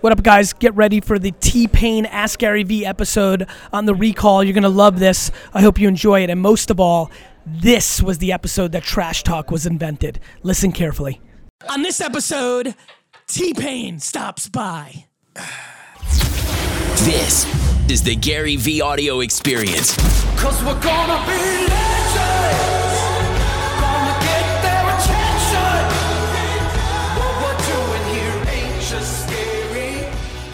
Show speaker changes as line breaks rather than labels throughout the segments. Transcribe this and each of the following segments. What up, guys? Get ready for the T Pain Ask Gary V episode on the recall. You're going to love this. I hope you enjoy it. And most of all, this was the episode that Trash Talk was invented. Listen carefully. On this episode, T Pain stops by.
This is the Gary V audio experience.
Cause we're gonna be legends. Gonna get their attention. What we're doing here ain't just scary.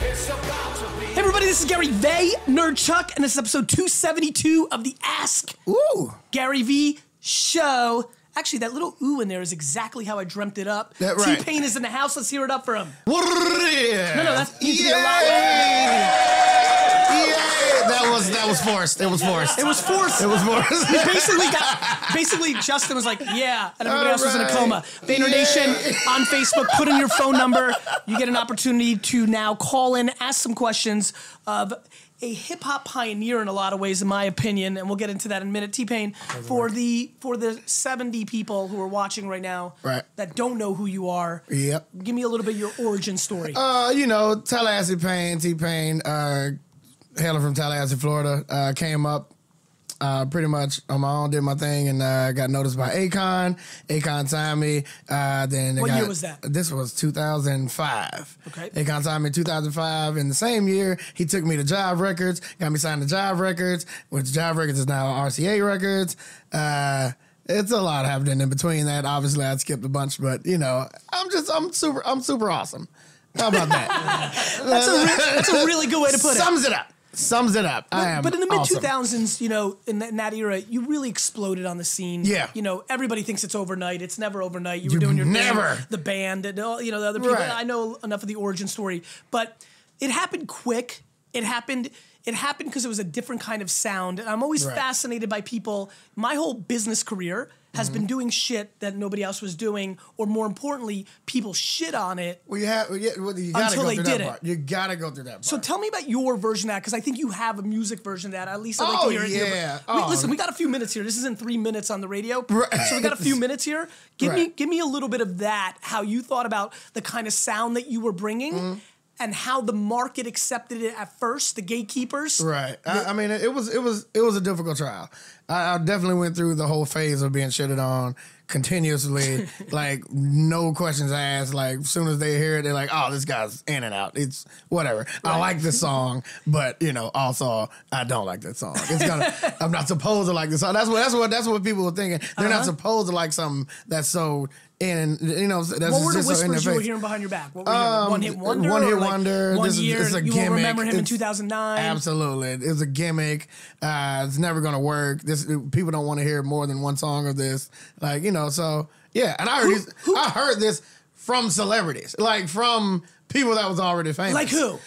It's about to be.
Hey, everybody, this is Gary Vay, Nerd Chuck, and this is episode 272 of the Ask
Ooh,
Gary V show. Actually, that little ooh in there is exactly how I dreamt it up.
That right.
T Pain is in the house. Let's hear it up for him.
no, no,
no, that's- you
yay!
can
Yay!
be a lot-
That was that was forced. It was forced.
It was forced.
It was forced.
basically got basically Justin was like, yeah, and everybody else was in a
Alright.
coma. Vayner Nation on Facebook, put in your phone number. You get an opportunity to now call in, ask some questions of a hip hop pioneer in a lot of ways, in my opinion, and we'll get into that in a minute. T Pain, for the for the 70 people who are watching right now
Right.
that don't know who you are,
Yep.
give me a little bit of your origin story.
Uh, you know, Tallahassee Payne, T Pain, uh, hailing from Tallahassee, Florida. Uh, came up uh, pretty much on my own, did my thing, and uh, got noticed by Akon. Akon signed me. Uh, then they
What
got-
year was that?
This was 2005.
Okay.
Akon signed me in 2005. In the same year, he took me to Jive Records, got me signed to Jive Records, which Jive Records is now RCA Records. Uh, it's a lot happening in between that. Obviously, I skipped a bunch, but you know, I'm just I'm super I'm super awesome. How about that?
that's, a re- that's a really good way to put it.
Sums it up. Sums it up. I am.
but in the mid
awesome.
2000s, you know, in, that in that era, you really exploded on the scene.
Yeah.
You know, everybody thinks it's overnight. It's never overnight. You were
You
doing your thing,
never.
the band, and all, you know, the other people.
Right.
I know enough of the origin story, but it happened quick. It happened. It happened because it was a different kind of sound, and I'm always
Right.
fascinated by people. My whole business career has
Mm-hmm.
been doing shit that nobody else was doing, or more importantly, people shit on it.
Well, you have. Yeah, well, you gotta
Until
go
they
through
did
that
it.
part. You gotta go through that part.
So tell me about your version of that, because I think you have a music version of that. At least I'd like
Oh,
to hear it. here, but-
yeah.
we-
Oh.
listen, we got a few minutes here. This isn't three minutes on the radio,
Right.
so we got a few minutes here. Give me
Right.
give me a little bit of that. How you thought about the kind of sound that you were bringing,
Mm-hmm.
and how the market accepted it at first. The gatekeepers,
Right. I, I mean, it was it was it was a difficult trial. I, I definitely went through the whole phase of being shitted on continuously, like no questions asked. Like as soon as they hear it, they're like, "Oh, this guy's in and out. It's whatever. I like this song, but you know, also I don't like this song. It's gonna. I'm not supposed to like this song. That's what that's what that's what people were thinking. They're
Uh-huh.
not supposed to like something that's so in. You know, that's
What were the
just so in
whispers you
their
were
face.
hearing behind your back? What were you hearing? one hit wonder.
one
or
hit
like
wonder.
One
This is-
year.
it's a
you won't
gimmick.
remember him in
It's-
2009.
Absolutely, it's a gimmick. Uh, it's never gonna work. This people don't want to hear more than one song of this. Like you know, so yeah. And I heard this, I heard this from celebrities, like from people that was already famous.
Like who?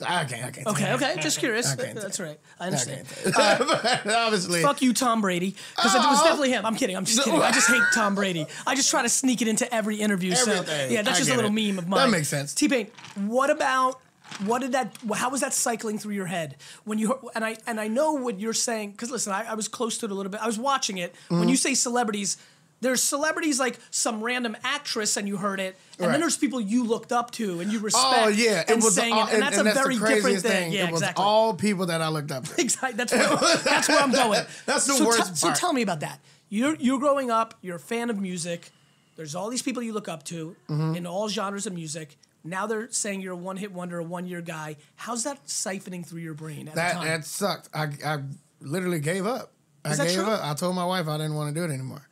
I can't. I can't.
Okay,
tell you.
okay, just curious.
I can't
That's
tell you.
right. I
I
understand.
can't. tell you. But obviously,
Fuck you, Tom Brady. Because it was
Oh.
definitely him. I'm kidding. I'm just kidding. I just hate Tom Brady. I just try to sneak it into every interview. So
Everything.
yeah, that's
I
just a
get
little
it.
meme of
That
mine.
makes sense.
T Pain, what about what did that? How was that cycling through your head when you heard- and I and I know what you're saying because listen, I, I was close to it a little bit. I was watching it
Mm-hmm.
when you say celebrities. There's celebrities like some random actress, and you heard it, and then
Right.
there's people you looked up to and you respect.
Oh yeah,
and sang it,
all-
and, that's a
the
very different
craziest
thing. Yeah,
it was
exactly.
all people that I looked up to.
Exactly. That's where, that's where I'm going.
That's the
so
worst
te- So
part.
tell me about that. You're you're growing up. You're a fan of music. There's all these people you look up to
Mm-hmm.
in all genres of music. Now they're saying you're a one-hit wonder, a one-year guy. How's that siphoning through your brain at the
That
time?
that sucked. I I literally gave up.
Is
I
that
gave
true?
up. I told my wife I didn't want to do it anymore.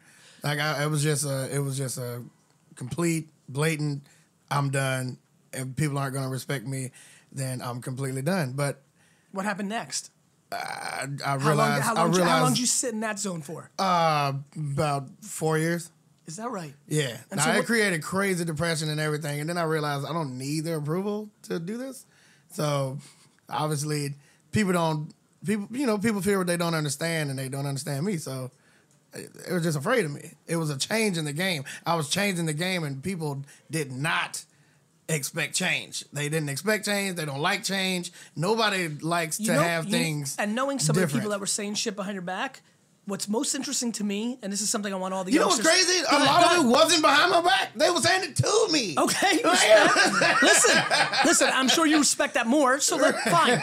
Like I, it was just a it was just a complete blatant. I'm done. If people aren't going to respect me, then I'm completely done. But
what happened next?
I,
How
I
long,
realized
how, long, how
I
long did
realized Uh,
you sit in that zone for?
about four years.
Is that right?
Yeah,
And
now
so
it
what-
created crazy depression and everything. And then I realized I don't need their approval to do this. So obviously, people don't people you know people feel what they don't understand and they don't understand me. So it, it was just afraid of me. It was a change in the game. I was changing the game, and people did not expect change. They didn't expect change. They don't like change. Nobody likes to
know-
have things
and knowing some of the people
different.
that were saying shit behind your back What's most interesting to me, and this is something I want all the
You know what's
youngsters-
crazy?
Go
A
ahead,
lot
go
of
ahead.
it wasn't behind my back. They was saying it to me.
Okay.
Like,
listen, listen. I'm sure you respect that more. So let, fine.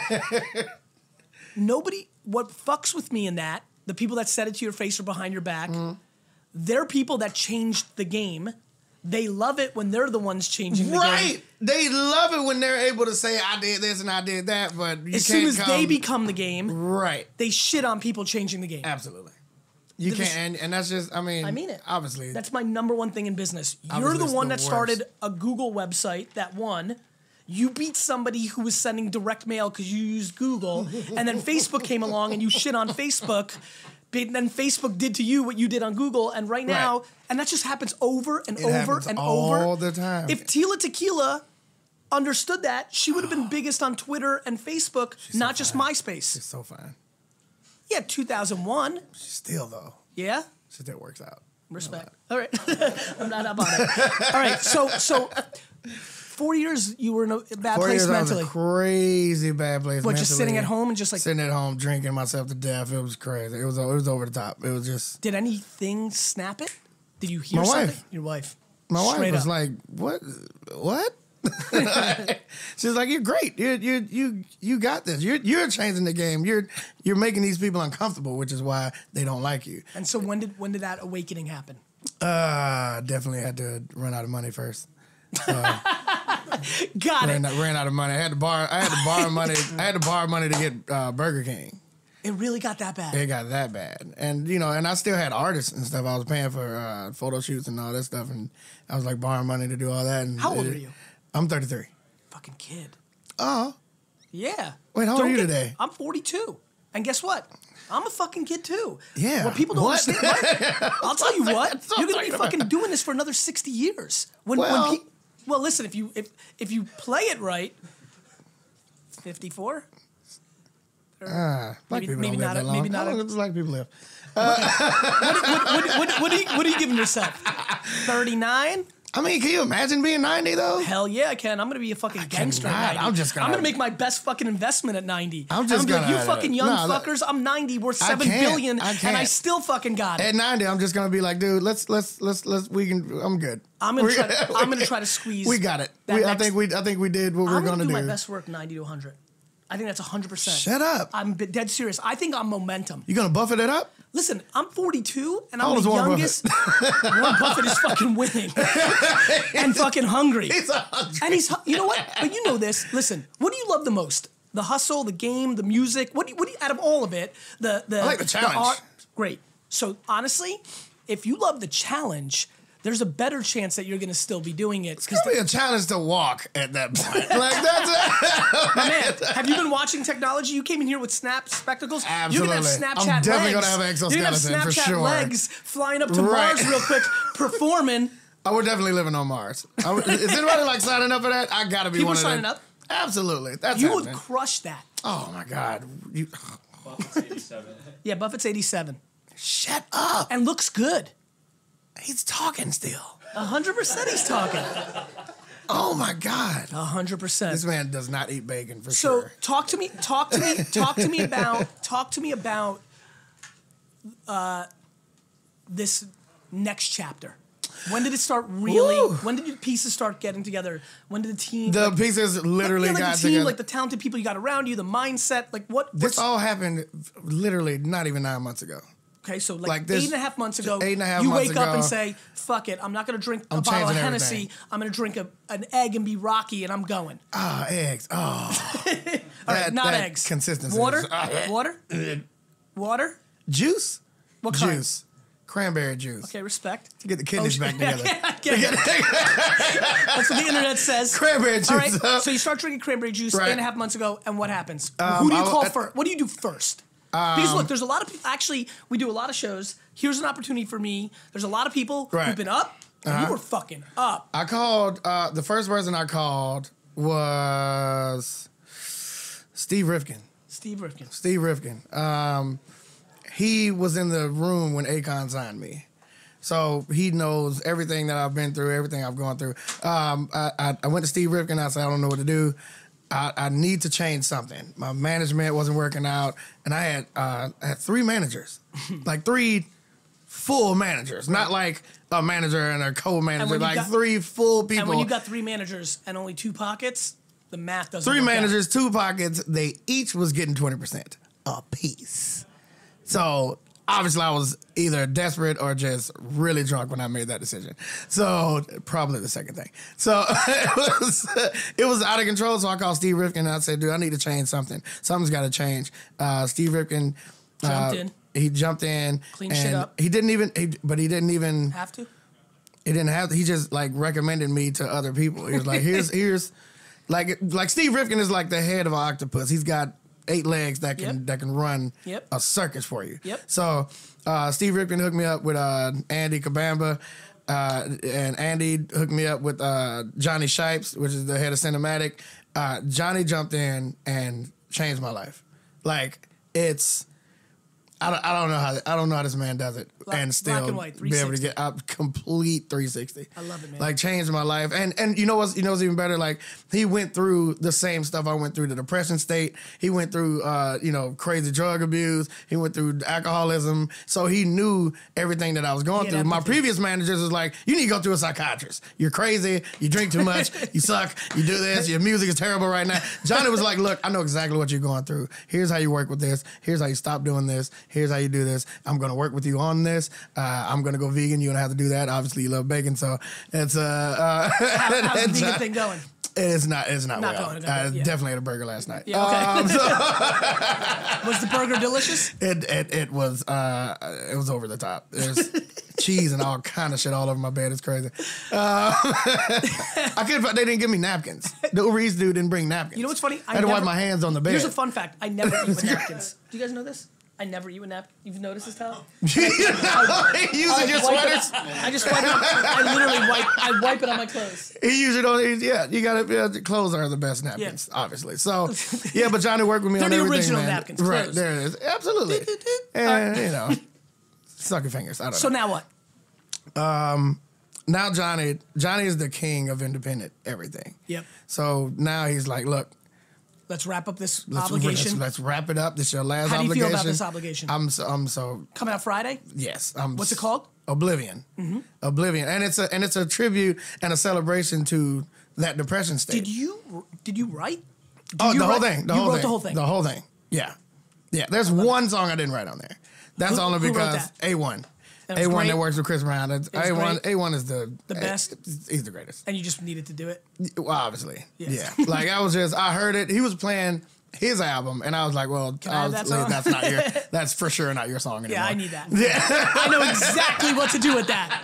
Nobody. What fucks with me in that the people that said it to your face or behind your back,
Mm-hmm.
they're people that changed the game. They love it when they're the ones changing the game.
right. They love it when they're able to say I did this and I did that, but you
As
can't
soon as
come,
they become the game,
right.
they shit on people changing the game.
Absolutely. You
This-
can't and, and that's just I mean
I mean it.
Obviously.
That's my number one thing in business. You're
Obviously,
the
it's
one
the
that started a Google website that won. You beat somebody who was sending direct mail because you used Google, and then Facebook came along and you shit on Facebook. But then Facebook did to you what you did on Google, and right now,
Right.
and that just happens over and
It
over
happens
and
all
over
the time.
If Tila Tequila understood that, she would have been biggest on Twitter and Facebook, not just MySpace.
She's so fine.
Yeah, 2001.
Still though.
Yeah.
Shit that works out.
Respect. All right, I'm not up on it. All right, so so four years you were in a bad
Four
place
years I was
mentally.
a crazy bad place.
What, just sitting at
mentally.
home and just like-
sitting at home drinking myself to death. It was crazy. It was it was over the top. It was just
Did anything snap it? Did you hear
My
something?
wife.
Your wife.
my
Straight
wife was
up.
like, "What? What?" She's like, "You're great. You you you you got this. You're you're changing the game. You're you're making these people uncomfortable, which is why they don't like you."
And so when did when did that awakening happen?
Uh, definitely had to run out of money first.
Got
Ran,
it.
ran out of money. I had to borrow. I had to borrow money. I had to borrow money to get uh, Burger King.
It really got that bad.
It got that bad, and you know, and I still had artists and stuff. I was paying for uh, photo shoots and all that stuff, and I was like borrowing money to do all that. And
How old
it-
are you?
I'm 33.
Fucking kid.
Oh,
Yeah.
Wait, how old
Don't
are you
get-
today?
I'm 42. And guess what? I'm a fucking kid too.
Yeah.
What people don't
What?
understand. What? I'll tell you what.
That's what
You're
I'm
gonna be
talking about.
fucking doing this for another 60 years. When,
Well-
when pe- well, listen. If you if if you play it right, 54.
black
Maybe-
people
maybe
don't
not
live
a-
that long.
maybe not
How
a-
long do black people live?
What, what, what, are you, what are you giving yourself? 39.
I mean, can you imagine being 90 though?
Hell yeah, I can. I'm gonna be a fucking gangster. at
cannot.
90.
I'm just gonna-
I'm gonna make my best fucking investment at 90.
I'm
And
just
gonna. be like,
gonna-
you fucking young
Nah, that-
fuckers. I'm 90, worth
I
seven
can't.
billion,
I
and I
can't.
still fucking got it.
At 90, I'm just gonna be like, dude, let's let's let's let's we can. I'm good.
I'm gonna
We-
try to- I'm gonna try to squeeze
We got it.
that
We, I
next-
think we I think we did what we were
I'm gonna,
gonna,
do,
do.
my best work 90 to 100. I think that's 100%.
Shut up.
I'm b- dead serious. I think I'm momentum.
You gonna buffet it up?
Listen, I'm 42 and
How
I'm
old
the
is Warren
youngest. Warren Buffett is fucking winning and fucking hungry.
It's a hundred.
and he's, hu- you know what? But you know this. Listen, what do you love the most? The hustle, the game, the music. What do you, what do you, out of all of it? The the
I like the challenge.
art- great. So honestly, if you love the challenge, there's a better chance that you're gonna still be doing it.
It's gonna be a challenge to walk at that point. like that's
My man, have you been watching technology? You came in here with snap spectacles. You're gonna
Absolutely.
have
I'm
Snapchat legs.
definitely gonna have an
You're gonna have
exoskeleton for
Snapchat
sure.
legs flying up to
Right.
Mars real quick, performing.
I would definitely living on Mars. I would, is anybody like signing up for that? I gotta be
People
one of
signing
them.
up?
Absolutely. That's
You
happening.
would crush that.
Oh my god. You
Yeah, Buffett's 87
shut up.
and looks good.
He's talking still.
hundred percent, he's talking.
Oh my god.
hundred
This
percent.
man does not eat bacon for
So
sure.
talk to me, talk to me, talk to me about, talk to me about uh, this next chapter. When did it start really?
Woo.
When did your pieces start getting together? When did the team?
The
like-
pieces literally
yeah, like
got
the team,
together.
like the talented people you got around you, the mindset, like what?
this
what's-
all happened literally not even nine months ago.
okay, so like,
like this-
eight and a half months ago,
eight and a half
you
months
wake up and
ago.
say, "Fuck it, I'm not gonna drink a
I'm
bottle of
changing
Hennessy.
everything.
I'm gonna drink a, an egg and be Rocky, and I'm going."
Ah, eggs. Oh,
All right,
That-
not
that
eggs.
consistency
Water.
is- Ah.
water. water.
juice.
What kind?
Juice. Cranberry juice.
Okay, respect.
Get the kidneys
Oh,
back
yeah,
together.
yeah, yeah. That's what the internet says.
Cranberry juice.
All right. So you start drinking cranberry juice
Right. Um,
eight and a half months ago, and what happens? Who do you
I- Um,
call
I-
first? What do you do first? because look, there's a lot of people. Actually, we do a lot of shows. Here's an opportunity for me. There's a lot of people who've
Right.
been up. and You
Uh-huh.
were fucking up.
I called uh, the first person I called was Steve Rifkin.
Steve Rifkin.
Steve Rifkin. Um, he was in the room when Akon signed me. So he knows everything that I've been through, everything I've gone through. Um, I, I, I went to Steve Rifkin. I said, I don't know what to do. I, I need to change something. My management wasn't working out, and I had uh, I had three managers, like three full managers, not like a manager and a
And
co-manager,
when you
like
got-
three full people.
And when you got three managers and only two pockets, the math doesn't.
three
work out.
managers, two pockets. They each was getting twenty percent a piece. So obviously, I was either desperate or just really drunk when I made that decision. So probably the second thing. So it was it was out of control. So I called Steve Rifkin and I said, "Dude, I need to change something. Something's got to change." Uh, Steve Rifkin uh,
Jumped in.
He jumped in.
Cleaned shit
and
up.
He didn't even. He, but he didn't even
have to.
he didn't have he just like recommended me to other people he was like here's here's like like steve rifkin is like the head of an octopus he's got eight legs that can
Yep.
that can run
Yep.
a circus for you
Yep.
so uh, steve rifkin hooked me up with uh, andy kabamba uh, and Andy hooked me up with uh, Johnny Shipes, which is the head of Cinematic. Uh, Johnny jumped in and changed my life. Like it's, I don't, I don't know how I don't know how this man does it
Black-
and still
black and white,
be able to
360.
get a complete 360. I
love it, man.
Like changed my life, and and you know what's you know what's even better? Like he went through the same stuff I went through: the depression state. He went through uh, you know crazy drug abuse. He went through alcoholism. So he knew everything that I was going
He had
through. My
empathy.
previous managers was like, "You need to go to a psychiatrist. You're crazy. You drink too much. you suck. You do this. Your music is terrible right now." Johnny was like, "Look, I know exactly what you're going through. Here's how you work with this. Here's how you stop doing this. Here's how you do this. I'm gonna work with you on this. Uh, I'm gonna go vegan. You're gonna have to do that. Obviously, you love bacon, so it's uh, uh
How, how's the
it's
vegan
not-
thing going?
It's not. It's not.
Not
well.
going, okay,
I
yeah.
definitely ate a burger last night.
Yeah, okay.
Um, so
Was the burger delicious?
it, it it was uh it was over the top. There's cheese and all kind of shit all over my bed. It's crazy. Uh, I couldn't. fi- They didn't give me napkins. The Uber Eats dude didn't bring napkins.
You know what's funny?
I, had to wipe
never-
my hands on the bed.
Here's a fun fact: I never eat with napkins. Do you guys know this? I never eat with napkins. You've noticed this, Tyler?
you know, he uses your
wipe it-
sweaters.
I just wipe it. I literally wipe. I wipe it on my clothes.
He usually don't. Yeah, you gotta. Yeah, the clothes are the best napkins, obviously. So, yeah, but Johnny worked with me
They're
on
the
everything,
original
man.
napkins,
Right
clothes.
there it is. Absolutely. and you know, sucker fingers. I don't know.
So now what?
now Johnny Johnny is the king of independent everything.
Yep.
So now he's like, look,
Let's wrap up this
let's, let's,
obligation.
let's wrap it up. This is your last
How do you
obligation. Um,
feel about this obligation?
I'm so, I'm so
Coming out Friday.
yes. I'm
What's it
s-
called? Mm-hmm.
Oblivion. Oblivion, and it's a and it's a tribute and a celebration to that depression state.
Did you did you write? Did
oh,
you
the whole
write-
thing. The
you
whole
wrote
thing.
the whole thing.
The whole thing. Yeah, yeah. There's one song I didn't write on there. That's
Who-
only
who wrote
because
that?
A one.
That was
A one
great.
that works with Chris Brown. That's-
was
A one.
great.
A one is the
The best.
He's the greatest.
and you just needed to do it.
Well, obviously,
Yes.
yeah. Like I was just, I heard it. He was playing his album, and I was like, "Well,
I
I
have
was,
that song?
that's not your, that's for sure not your song anymore."
Yeah, I need that.
Yeah.
I know exactly what to do with that.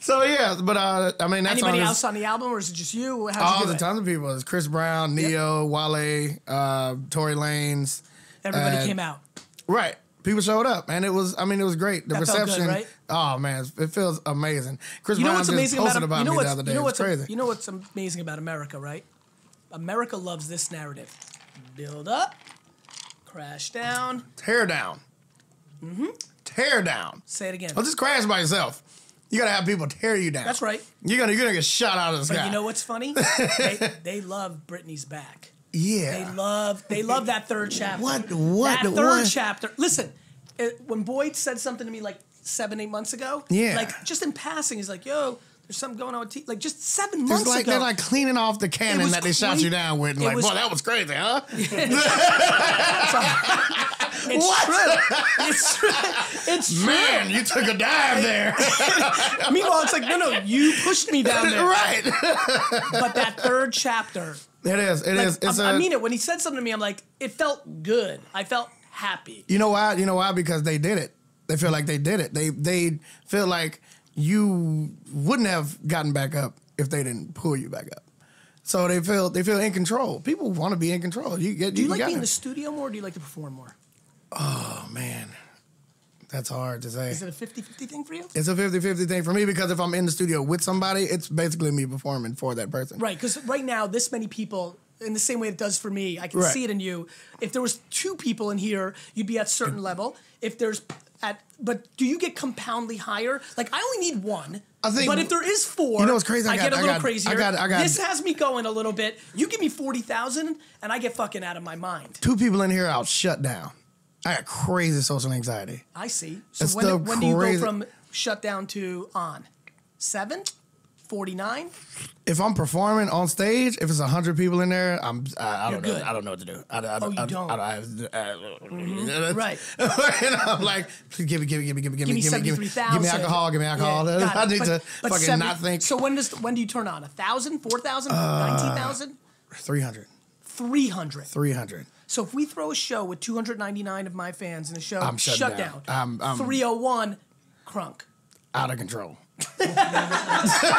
so yeah, but uh, I mean, that
Anybody
song
else
is
on the album, or is it just you? How'd you
all
do
the
it?
tons of people. It's Chris Brown, Neo, Wale, uh, Tory Lanez.
Everybody
uh,
came out.
Right. People showed up, and it was. I mean, it was great. The
That felt good,
reception.
right?
Oh man, it feels amazing. Chris
You know
Brown
what's
just
amazing about,
posted about,
you know
me
what's,
the other day.
You know
it was
what's
crazy.
you know what's amazing about America, right? America loves this narrative: build up, crash down.
Tear down.
Mm-hmm.
Tear down.
Say it again.
Don't just crash by yourself. You gotta have people tear you down.
That's right.
You're gonna you're gonna get shot out of the
But
sky.
you know what's funny? they, they love Britney's back. They
Yeah.
love they love that third chapter.
What- what-
That third
what?
chapter. Listen, it, when Boyd said something to me like seven eight months ago,
Yeah.
like just in passing, he's like, "Yo, there's something going on with T-. like just seven
it's
months
like
ago."
they're like cleaning off the
It
cannon
was
that they shot you
cra-
down with, and
it
like,
was-
boy, that was crazy, huh?
it's true. It's true. It's true.
Man, you took a dive there.
Meanwhile, it's like, no, no, you pushed me down there.
right.
But that third chapter,
It is. It is.
like,
It's
I I
a-
mean it. When he said something to me, I'm like, it felt good. I felt happy.
You know why? You know why? Because they did it. They feel like they did it. They they feel like you wouldn't have gotten back up if they didn't pull you back up. So they feel they feel in control. People want to be in control. You get.
Do you, like
got
being in
it.
the studio more or do you like to perform more?
Oh man, that's hard to say.
Is it a 50 50 thing for you?
It's a 50-50 thing for me because if I'm in the studio with somebody, it's basically me performing for that person.
Right, because right now, this many people in the same way it does for me. I can
Right.
see it in you. If there was two people in here, you'd be at certain level. If there's at but do you get compoundly higher? Like I only need one.
I think-
but if there is four,
You know what's crazy? I
I,
got-
get a
I
little
got- I
crazier.
got- I got-
this has me going a little bit. You give me forty thousand, and I get fucking out of my mind.
Two people in here, I'll shut down. I got crazy social anxiety.
I see. So
That's
when,
the
when do you go
crazy-
from shut down to on? Seven? 49?
If I'm performing on stage, if it's hundred people in there, I'm I, I
You're
don't know.
good.
I don't know what to do. I, I,
Oh, you
I,
don't. Mm-hmm.
I, I, I-
Right.
and I'm like, please give me, give me, give me, give me, give
Give
me,
me
give me, give me, give
73,000.
me alcohol, give me alcohol.
Yeah, got
I
it.
need
But-
to
but
fucking
seven-
not think. Uh,
So when does when do you turn on? 1,000, 4,000, 19,000,
300,
300.
300.
So if we throw a show with 299 of my fans in the show,
I'm shutting
shut down.
down. Um, I'm- I'm-
301, crunk.
out of control.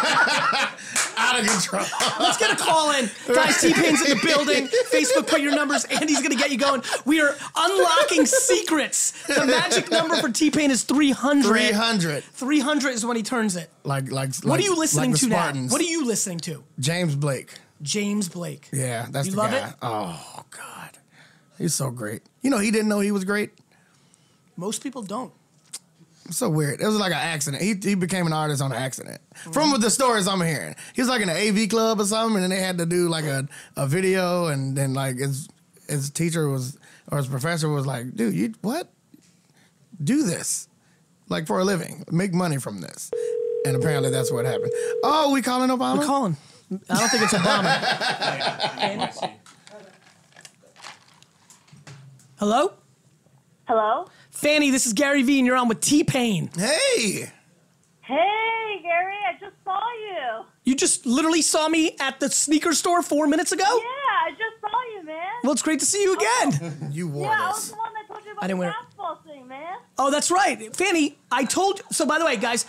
out of control.
Let's get a call in. Guys, T Pain's in the building. Facebook, put your numbers. Andy's going to get you going. We are unlocking secrets. The magic number for T Pain is 300.
300.
300 is when he turns it.
Like, like,
What are you listening to now?
Spartans.
What are you listening to?
James Blake.
James Blake.
Yeah, that's
You
the
love
guy.
it?
Oh, God. He's so great. You know, he didn't know he was great.
Most people don't.
It's so weird. It was like an accident. He, he became an artist on an accident. From the stories I'm hearing, he was like in an AV club or something, and then they had to do like a, a video, and then like his his teacher was or his professor was like, "Dude, you what? Do this, like for a living, make money from this." And apparently that's what happened. Oh, we calling Obama?
We're calling. I don't think it's Obama. Hello?
Hello?
Fanny, this is Gary Vee, and you're on with T Pain.
hey,
Hey, Gary, I just saw you.
You just literally saw me at the sneaker store four minutes ago?
Yeah, I just saw you, man.
Well, it's great to see you again.
you wore
yeah, I was
this.
the one that told you about
I didn't
the
wear-
basketball thing, man.
Oh, that's right. Fanny, I told So, by the way, guys,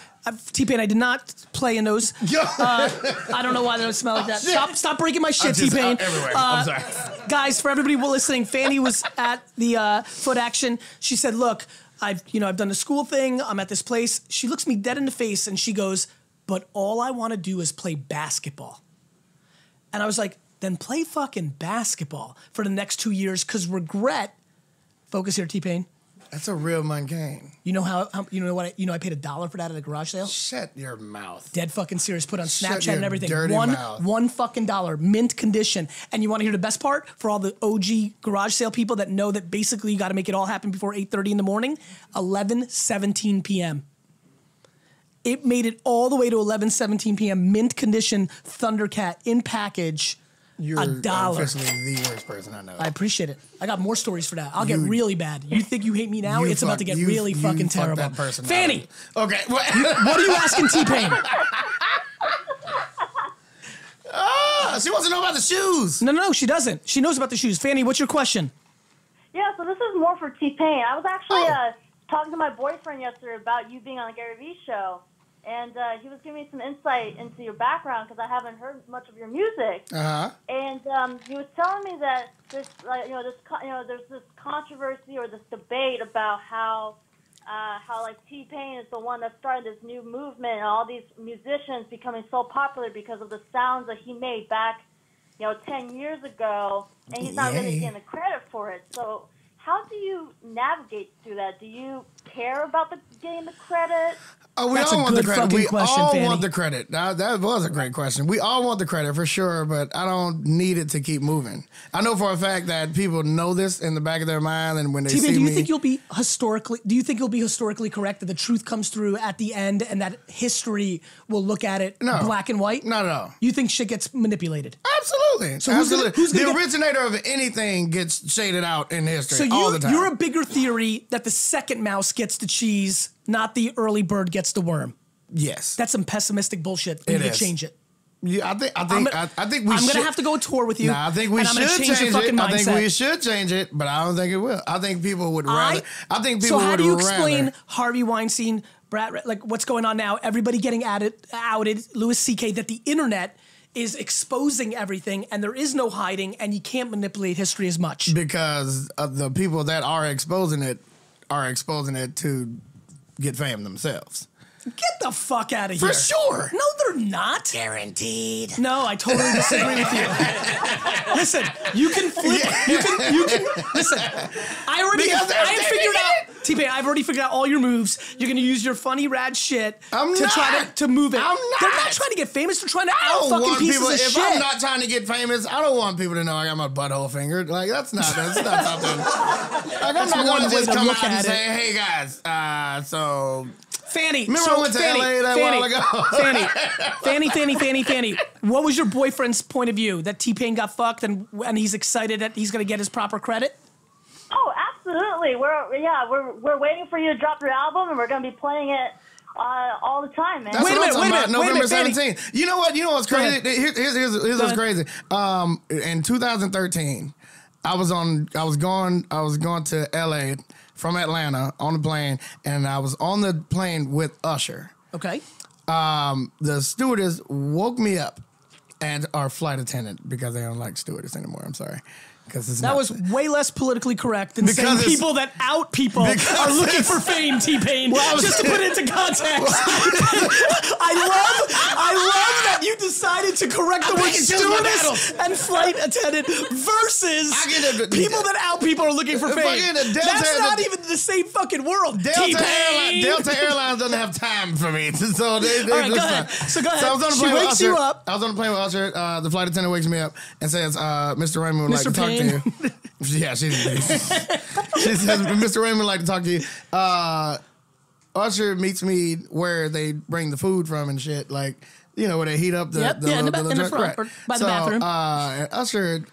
T Pain, I did not play in those. Uh, I don't know why they don't smell like that. Stop, stop breaking my shit, Uh, T
Just
Pain.
out everywhere. I'm sorry.
guys, for everybody listening, Fanny was at the uh, Foot Action. She said, "Look, I've you know I've done the school thing. I'm at this place." She looks me dead in the face and she goes, "But all I want to do is play basketball." And I was like, "Then play fucking basketball for the next two years, because regret." Focus here, T Pain.
That's a real mundane.
You know how, how you know what I, you know I paid a dollar for that at a garage sale.
Shut your mouth.
Dead fucking serious. Put on
Shut
Snapchat
your
and everything.
dirty
one
mouth.
one fucking dollar, mint condition. And you want to hear the best part for all the OG garage sale people that know that basically you got to make it all happen before 8:30 in the morning, 11:17 p.m. It made it all the way to 11:17 p.m. Mint condition Thundercat in package.
You're
a dollar.
officially the worst person I know.
I appreciate it. I got more stories for that. I'll get
You-
really bad. You think you hate me now?
You
It's about
fuck-
to get
you-
really
you
fucking
fuck
terrible.
That person
Fanny,
up. Okay. What?
what are you asking T Pain?
Ah, she wants to know about the shoes.
No, no, no, she doesn't. She knows about the shoes. Fanny, what's your question?
Yeah, so this is more for T Pain. I was actually
Oh.
uh, talking to my boyfriend yesterday about you being on the Gary Vee show, and uh, he was giving me some insight into your background because I haven't heard much of your music.
Uh-huh.
Uh huh.
and um, he was telling me that this, like, you know, this, co- you know, there's this controversy or this debate about how, uh, how like T Pain is the one that started this new movement, and all these musicians becoming so popular because of the sounds that he made back, you know, ten years ago, and he's not really
Yay.
getting the credit for it. So, how do you navigate through that? Do you care about the getting the credit?
Oh, we
That's
all
a
want the
good
credit.
fucking
We
question,
all
Fanny.
want the credit. Now, that was a great question. We all want the credit for sure, but I don't need it to keep moving. I know for a fact that people know this in the back of their mind, and when they
T-Pain,
see
do you
me,
think you'll be historically? Do you think you'll be historically correct that the truth comes through at the end, and that history will look at it
No.
black and white?
not at all.
You think shit gets manipulated?
Absolutely. So
who's gonna-
Absolutely.
who's gonna
the
get-
originator of anything gets shaded out in history
So
all the
you,
time.
you're a bigger theory that the second mouse gets the cheese, not the early bird gets the worm.
yes.
That's some pessimistic bullshit. We
It
need to
is.
change it.
Yeah, I think I think
gonna-
I, I think we.
I'm gonna
should-
have to go on tour with you,
Nah, I think we
and I'm
should
gonna change your
change, it.
fucking
I think
mindset.
we should change it, but I don't think it will. I think people would rather. I, think people
so how
would
do you
rather-
explain Harvey Weinstein, Brad, like what's going on now? Everybody getting at it, outed, Louis C.K. That the internet is exposing everything, and there is no hiding, and you can't manipulate history as much.
because of the people that are exposing it are exposing it to get fame themselves.
Get the fuck out of
For
here.
sure.
No, they're not.
Guaranteed.
No, I totally disagree with you. listen, you can flip. You can. You can. Listen, I already.
Because they're
I have figured
taking
out. T Pain, I've already figured out all your moves. You're gonna use your funny rad shit
I'm
to try to,
not.
to move it.
I'm
They're
not.
not trying to get famous. They're trying to
I
out
don't
fucking
want
pieces
people.
of
If
shit.
I'm not trying to get famous, I don't want people to know I got my butthole fingered. Like that's not that's not something. Like I'm not
one
going to
way
just
to
come
look
out and
at it.
say, "Hey guys, uh, so
Fanny.
Remember
so
I went to
Fanny,
LA that
Fanny,
while ago?
Fanny, Fanny, Fanny, Fanny, Fanny. What was your boyfriend's point of view? That T Pain got fucked and and he's excited that he's gonna get his proper credit.
Oh, absolutely. We're yeah, we're we're waiting for you to drop your album, and we're gonna be playing it uh, all the time, man.
That's
Wait a
what
minute,
I'm
wait a
talking
minute, wait a
about.
minute,
November
Fanny.
17th. You know what? You know what's crazy?
ahead.
Here's, here's, here's, here's what's crazy. Um, in 2013, I was on. I was going. I was going to LA from Atlanta on the plane, and I was on the plane with Usher.
Okay.
Um, the stewardess woke me up, and our flight attendant because they don't like stewardess anymore. I'm sorry, because it's
That
not,
was way less politically correct than
Because
saying
it's-
people that out people
Because
are looking
it's-
for fame, T Pain.
Well, I was-
just to put it into context, I love, I love that you decided to correct the word
can choose my battles.
stewardess and flight attendant versus
I get it.
people that out people are looking for
Fucking
fame.
the Delta
That's
and
not
the-
even the same fucking world.
Delta,
T Pain.
Airlines, Delta Airlines doesn't have time for me. So they, they
All right,
it's
go ahead.
fine.
So go ahead.
I was on the
She
plane with
wakes you
Usher.
up.
I was on the plane with Usher. Uh, the flight attendant wakes me up and says, uh, "Mr. Raymond would
Mr.
like to talk to you." yeah, she didn't. she says, "Mr. Raymond would like to talk to you." Uh, Usher meets me where they bring the food from and shit, like you know where they heat up the
Yep,
the,
yeah, in the
little-
ba- in the
little
front,
truck.
or by the
so,
bathroom.
Uh, and Usher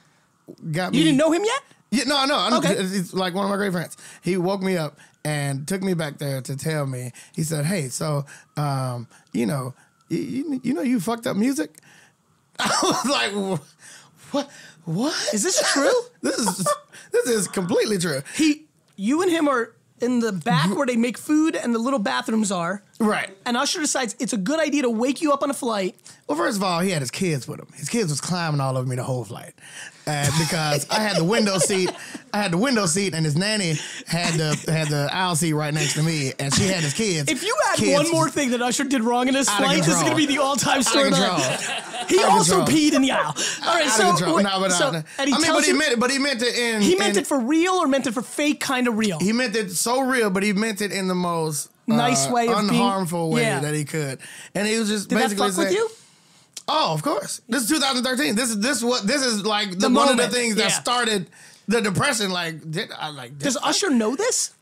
got me.
You didn't know him yet?
Yeah, no, no. I'm,
Okay.
it's- It's like one of my great friends. He woke me up and took me back there to tell me. He said, "Hey, so, um, you know, you, you, you know, you fucked up music." I was like, "Wh- "What? What?
Is this true?
this is this is completely true."
He, you and him are in the back where they make food and the little bathrooms are.
Right.
And Usher decides it's a good idea to wake you up on a flight.
Well, first of all, he had his kids with him. His kids was climbing all over me the whole flight uh, because I had the window seat. I had the window seat, and his nanny had the had the aisle seat right next to me, and she had his kids.
If you add
Kids
one more thing that Usher did wrong in his
Out of
flight, this is
control.
going to be the all-time
out
story.
of
of my
control.
life. He
Out of
also
control.
peed in the aisle. All right,
out
so,
of control.
wait,
no, but, uh,
so-
no.
and he
I mean,
tells
but he
you-
meant it. But he meant it in.
he meant
in-
it for real or meant it for fake kind of real?
He meant it so real, but he meant it in the most uh,
Nice way of being-
unharmful way
Yeah.
that he could. And he was just
did that
basically
fuck with
saying-
you?
Oh, of course. This is 2013. This is this what this is like the, one of
moment,
the things that
yeah.
started the depression. Like, did I like? Did,
Does Usher know this?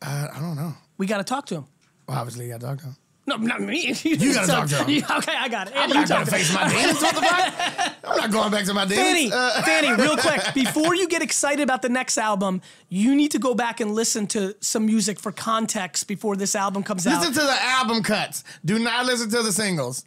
Uh, I, I don't know.
We got to talk to him.
Well, obviously, I talked to him.
No, not me.
You gotta
So-
talk to him.
you- okay, I got it.
I'm
And you
not
talk
gonna
to him.
face my demons. What the fuck? I'm not going back to my demons.
Fanny,
Uh,
Fanny, real quick, before you get excited about the next album, you need to go back and listen to some music for context before this album comes out.
Listen to the album cuts. Do not listen to the singles.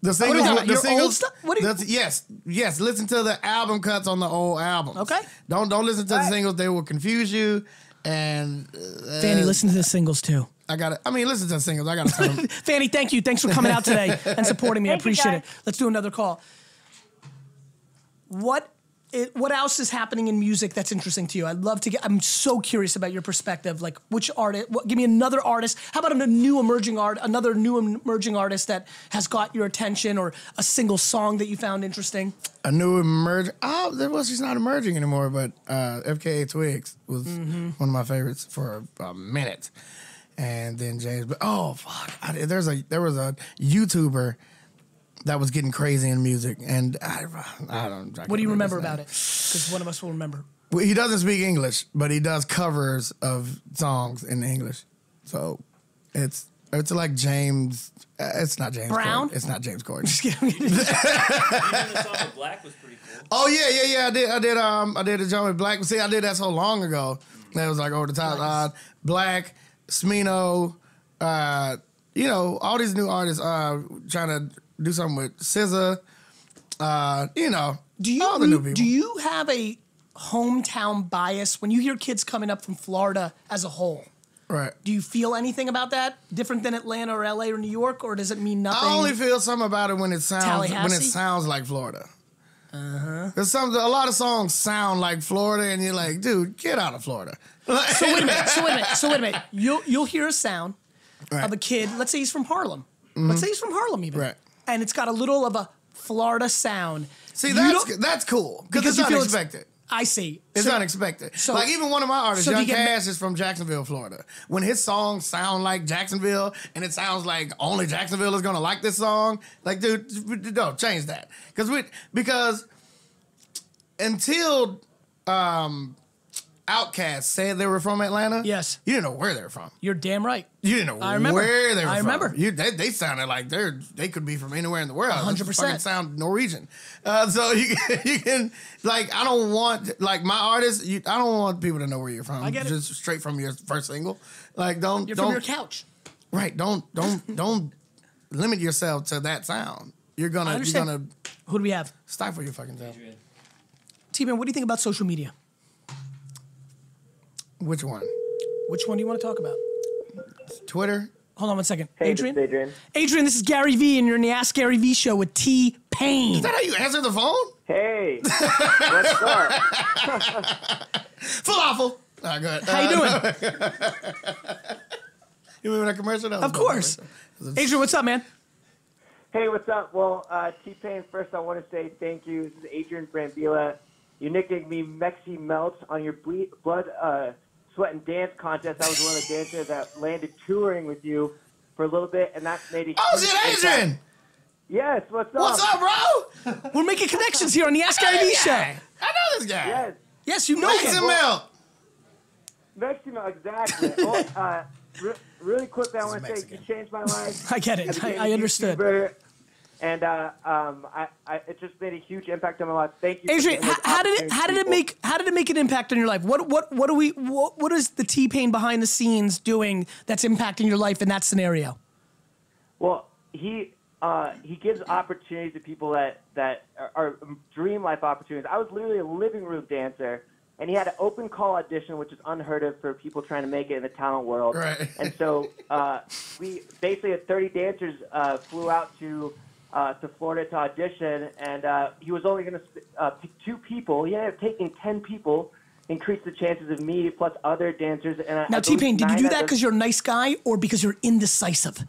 The singles.
Oh, talking
the
about? Your old
singles.
stuff? What are you-
that's- yes, yes. Listen to the album cuts on the old album.
Okay.
Don't don't listen to the singles. They will confuse you. And uh,
Fanny, listen to the singles too.
I got. to I mean, listen to the singles. I got to tell them.
Fanny, thank you. Thanks for coming out today and supporting me. I
Thank you,
appreciate
guys.
it. Let's do another call. What it, what else is happening in music that's interesting to you? I'd love to get. I'm so curious about your perspective. Like, which artist? What, give me another artist. How about a new emerging art? Another new emerging artist that has got your attention, or a single song that you found interesting?
a new emerge. Oh, there- well, she's not emerging anymore. But uh, FKA Twigs was
Mm-hmm.
one of my favorites for a, a minute, and then James. But oh fuck, I, there's a there was a YouTuber that was getting crazy in music, and I, I don't. I
What do you remember about it? Because one of us will remember.
Well, he doesn't speak English, but he does covers of songs in English. So it's it's like James. Uh, it's not James
Brown?
Corden. It's not James Corden.
Even the song with Black was pretty cool.
Oh yeah, yeah, yeah. I did. I did. Um, I did a joint with Black. See, I did that so long ago.
Mm-hmm.
That was like over the top. Uh, Black, Smino, uh, you know, all these new artists uh, trying to do something with SZA. Uh, you know,
Do you
all the new people.
Um, do you have a hometown bias when you hear kids coming up from Florida as a whole?
right.
Do you feel anything about that different than Atlanta or LA or New York, or does it mean nothing?
I only feel something about it when it sounds when it
Tallahassee?
sounds like Florida. Uh-huh. There's some a lot of songs sound like Florida, and you're like, dude, get out of Florida.
so wait a minute. So wait a minute. So wait a minute. You'll you'll hear a sound,
Right.
of a kid. Let's say he's from Harlem. Let's say he's from Harlem, even.
Mm-hmm. Right.
And it's got a little of a Florida sound.
See,
You
that's
don't-
that's cool because
because
it's
you feel it's-
unexpected.
I see.
It's
So-
unexpected.
so-
like even one of my artists,
so do
Young
you get ma-
Cash, is from Jacksonville, Florida. When his songs sound like Jacksonville, and it sounds like only Jacksonville is gonna like this song, like dude, no, change that because we because until um, Outkast said they were from Atlanta,
Yes.
you didn't know where they're from.
You're damn right.
You didn't know
I remember.
where they were
I
from.
remember.
You, they, they sounded like they're they could be from anywhere in the world. They
100%.
fucking sound Norwegian. Uh, so you can, you can like I don't want like my artists. You, I don't want people to know where you're from.
I get it.
Just straight from your first single. Like don't
You're
don't
from your couch.
right. Don't don't don't limit yourself to that sound. You're
I
gonna you're
understand.
gonna
Who do we have?
stifle your fucking self.
T-Man, what do you think about social media?
Which one?
Which one do you want to talk about?
Twitter.
Hold on one second.
Hey, this
Adrian?
is Adrian.
Adrian, this is Gary Vee, and you're in the Ask Gary Vee show with T Pain.
Is that how you answer the phone?
Hey, what's up?
Falafel. Ah, good.
How you doing?
You remember that commercial? That was
Of
dope, right?
course. Adrian, what's up, man?
Hey, what's up? Well, uh, T Pain, first I want to say thank you. This is Adrian Brambila. You nicknamed me Mexi Melts on your ble- blood, uh, sweat, and dance contest. I was one of the dancers that landed touring with you for a little bit, and that made a
Oh
huge
shit,
impact.
Adrian.
Yes, what's up?
What's up, bro?
We're making connections here on the Ask Gary Vee show.
I know this guy.
Yes,
Yes, you know
Mix
him.
him out.
Mexi Melt, exactly. oh, uh, re- really quickly, I want to say you
Mexican.
changed my life.
I get it.
became
I, I
a
understood.
YouTuber, And uh, um, I, I, it just made a huge impact on my life. Thank you. for
Adrian,
giving
how, how
those
did it
opportunities
how
to
did it
people.
make how did it make an impact on your life? What what what do we what, what is the T Pain behind the scenes doing that's impacting your life in that scenario?
Well, he uh, he gives opportunities to people that that are, are dream life opportunities. I was literally a living room dancer, and he had an open call audition, which is unheard of for people trying to make it in the talent world.
Right.
And so uh, we basically had 30 dancers uh, flew out to uh, to Florida to audition, and uh, he was only going to uh, pick two people. He ended up taking 10 people. Increased the chances of me plus other dancers. And I- I
Now, T
believe
Pain, did you
nine
do
out
that
of-
because you're a nice guy or because you're indecisive?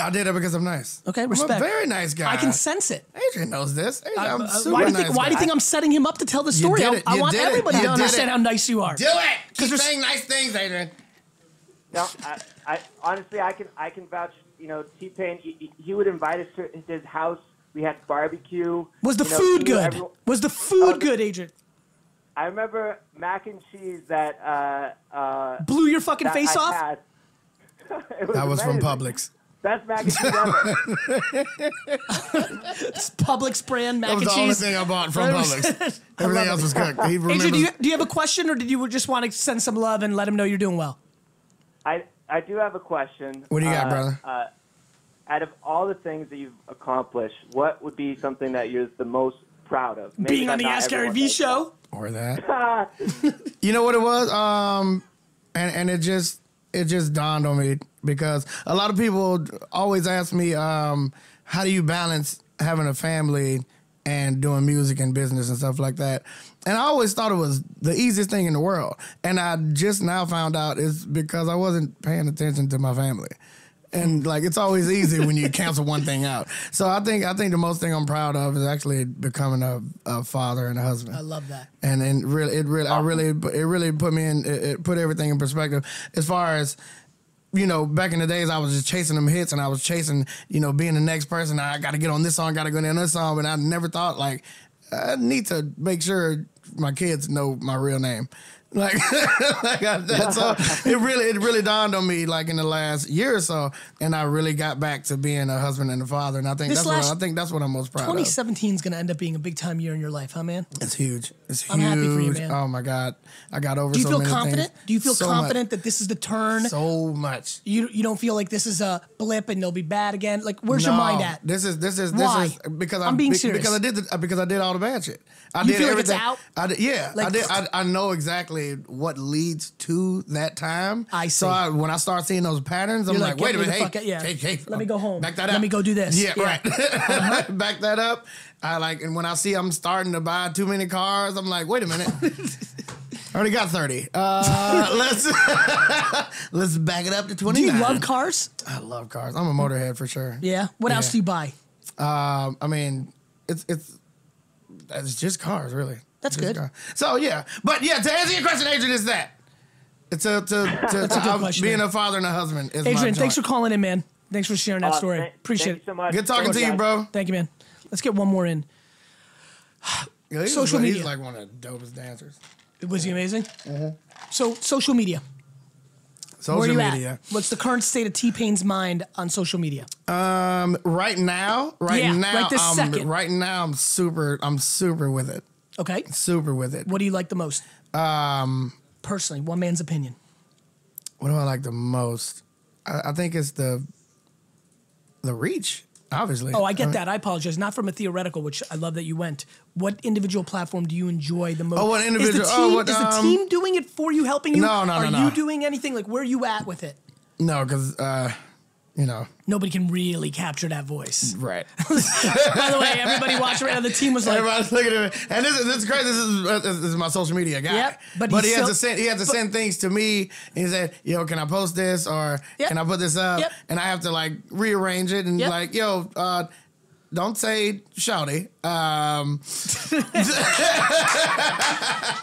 I did it because I'm nice.
Okay,
I'm
respect.
a very nice guy.
I can sense it.
Adrian knows this. Adrian, I'm
Uh,
super
why do you
nice
think Why do you
guy.
think I'm setting him up to tell the story?
did
I,
it.
I
You
want
did it.
everybody
You
to
did
understand
it.
how nice you are.
Do it. Keep
there's-
saying nice things, Adrian.
No, I, I honestly, I can I can vouch. You know, T Pain, he, he would invite us to his house. We had barbecue.
Was the
You know,
food
he-
good?
everyone-
was the food
Oh, the-
good, Adrian?
I remember mac and cheese that uh, uh,
Blew your fucking
that
face
I
off?
Had. It was
That was from
amazing.
Publix.
Best mac and cheese ever.
It's Publix brand mac
That was
and
the only
cheese.
thing I bought from Publix.
love
Everything else
it.
was cooked. He
Adrian,
remembers.
do you, do you have a question or did you just want to send some love and let him know you're doing well?
I I do have a question.
what do you got,
Uh,
brother?
Out of all the things that you've accomplished, what would be something that you're the most proud of? Maybe
Being
that
on the
not
Ask Gary
everyone
Vee
does.
show?
or that. you know what it was? Um, and and it just it just dawned on me because a lot of people always ask me, um, how do you balance having a family and doing music and business and stuff like that? And I always thought it was the easiest thing in the world, and I just now found out it's because I wasn't paying attention to my family. And like it's always easy when you cancel one thing out. So I think I think the most thing I'm proud of is actually becoming a, a father and a husband
I love that.
and and really it really I really it really put me in it, it put everything in perspective as far as you know back in the days I was just chasing them hits and I was chasing you know being the next person I got to get on this song got to go on this song and I never thought like I need to make sure my kids know my real name like like I, that's all, it really it really dawned on me like in the last year or so and I really got back to being a husband and a father and I think
This
that's what
last
I think that's what I'm most proud of
2017 is going to end up being a big time year in your life, huh, man?
it's huge. It's
I'm
huge.
happy for you, man.
Oh my God. I got over
Do you
so
feel
many
confident?
things.
Do you feel
So
confident that this is the turn?
Much. So much.
you, you don't feel like this is a blip and they'll be bad again? Like, where's your mind
No,
at?
This is this is this
Why?
is because
I'm being
be-
serious.
because I did the, because I did all the bad shit. I
You
did
feel like it's
everything.
out?
I did, yeah, I
Like-
did. I, I know exactly what leads to that time.
I
So
see.
I, when I start seeing those patterns, I'm
You're
like,
like,
wait a
get me
minute,
the
hey,
fuck out- yeah.
hey, hey,
Let me go home.
Back that
Let
up.
me go do this.
Yeah,
Yeah. Uh-huh.
right. back that up. I like, and when I see I'm starting to buy too many cars, I'm like, wait a minute. already got 30. Uh, let's let's back it up to
Do
29.
you love cars?
I love cars. I'm a motorhead for sure.
Yeah. What else
Yeah.
do you buy?
Um, I mean, it's it's it's just cars, really.
That's
Just
good.
car- So yeah, but yeah, to answer your question, Adrian, is that it's a, to to, to
good
I'm
question.
being a father and a husband is my
Adrian, thanks for
joy.
calling in, man. Thanks for sharing that
Uh,
story.
thank-
Appreciate
thank
it.
you so much.
Good talking
Thank
to you,
guys.
bro.
Thank you, man. Let's get one more in.
Yeah, he's-
Social media.
He's like one of the dopest dancers.
Was he amazing?
Uh-huh.
So, social media.
Social
Where are you
media.
at? What's the current state of T Pain's mind on social media?
Um, right now, right
Yeah,
now,
right this
I'm,
second.
right now, I'm super, I'm super with it,
Okay.
super with it.
What do you like the most?
Um,
Personally, one man's opinion.
what do I like the most? I, I think it's the the reach, obviously.
Oh, I get that. I apologize. Not from a theoretical, which I love that you went. What individual platform do you enjoy the most?
Oh, what
Is the
individual-
team,
oh, what,
is the
um,
team doing it for you, helping you?
No, no,
Are
no,
you
no.
doing anything? Like, where are you at with it?
No, because uh, you know,
Nobody can really capture that voice.
right.
By the way, everybody watching right now, the team was like,
Everybody's looking at me, and this, is- this is crazy. This is, uh, this is my social media guy.
Yep, but
but,
he's
he has
still-
to send he has to send things to me, and he said, "Yo, can I post this or
Yep.
can I put this up?"
Yep.
And I have to like rearrange it and
Yep.
like, "Yo, uh, don't say shouty." Um,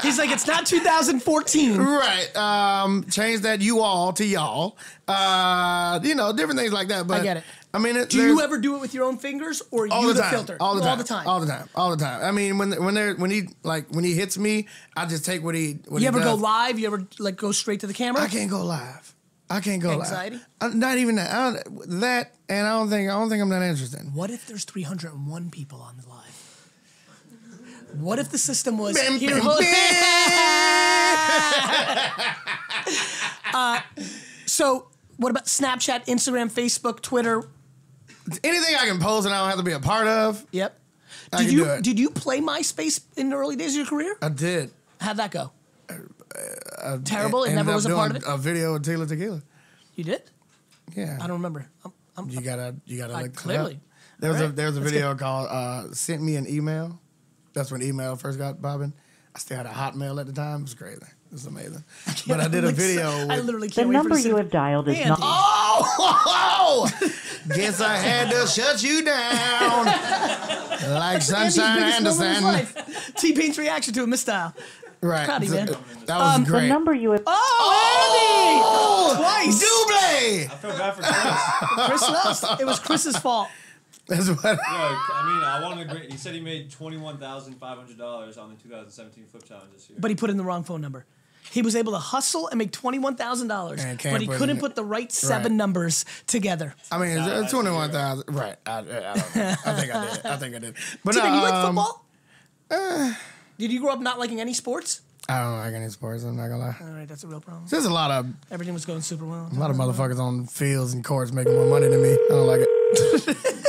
he's like, it's not 2014.
right. Um, change that you all to y'all. Uh, you know, different things like that. But
get it.
I mean, it,
Do you
there's-
ever do it with your own fingers or are
all
you
the,
the,
time,
filter?
all the time,
All the time.
all the time, all the time. I mean, when when they when he like when he hits me, I just take what he. What
you
he
ever go
does.
live? You ever like go straight to the camera?
I can't go live. I can't go
Anxiety?
live. Anxiety? Not even that. I don't, that, and I don't think I don't think I'm that interested.
What if there's 301 people on the live? What if the system was
Bam,
here?
bam,
hold- so, what about Snapchat, Instagram, Facebook, Twitter?
Anything I can post and I don't have to be a part of,
Yep.
I
Did
can
you
do it.
did you play MySpace in the early days of your career?
I did.
How'd that go? Terrible. It
Uh, Ended
never
up
was a
doing uh,
part of it.
A video with Taylor Tequila.
you did?
Yeah,
I don't remember. I'm, I'm,
You gotta, you gotta
I-
look it up.
clearly.
There was a
Alright,
there was a
that's
video called uh, "Sent Me an Email." That's when email first got bobbing. I still had a Hotmail at the time. It was crazy. It was amazing. But I did a
like,
video.
I
with-
literally
The
can't wait for
number
this
you have dialed is
Man,
not.
Oh, guess I had to shut you down. Like Sunshine Anderson.
T Pain's reaction to a misstyle.
Right.
Proud of you,
th-
man. Um,
That was
The
great.
number you have.
Oh!
Oh, Andy! Oh, Twice!
Double!
I feel bad for Chris. Like,
Chris lost. It was Chris's fault.
That's what.
I mean, I want to agree. He said he made twenty-one thousand five hundred dollars on the 2017 Flip Challenge this year.
But he put in the wrong phone number. He was able to hustle and make twenty-one thousand dollars,
And can't
but he
put
couldn't
in-
put the right seven
Right.
numbers together.
I mean,
Nah, that's
twenty one thousand. Right. I, I don't know. I think I did. I think I did. But
T
no,
Pain, you like
um, uh,
football? Did you grow up not liking any sports?
I don't like any sports. I'm not gonna lie.
All right, that's a real problem.
There's a lot of
Everything was going super well.
a lot of motherfuckers on fields and courts making more money than me. I don't like it.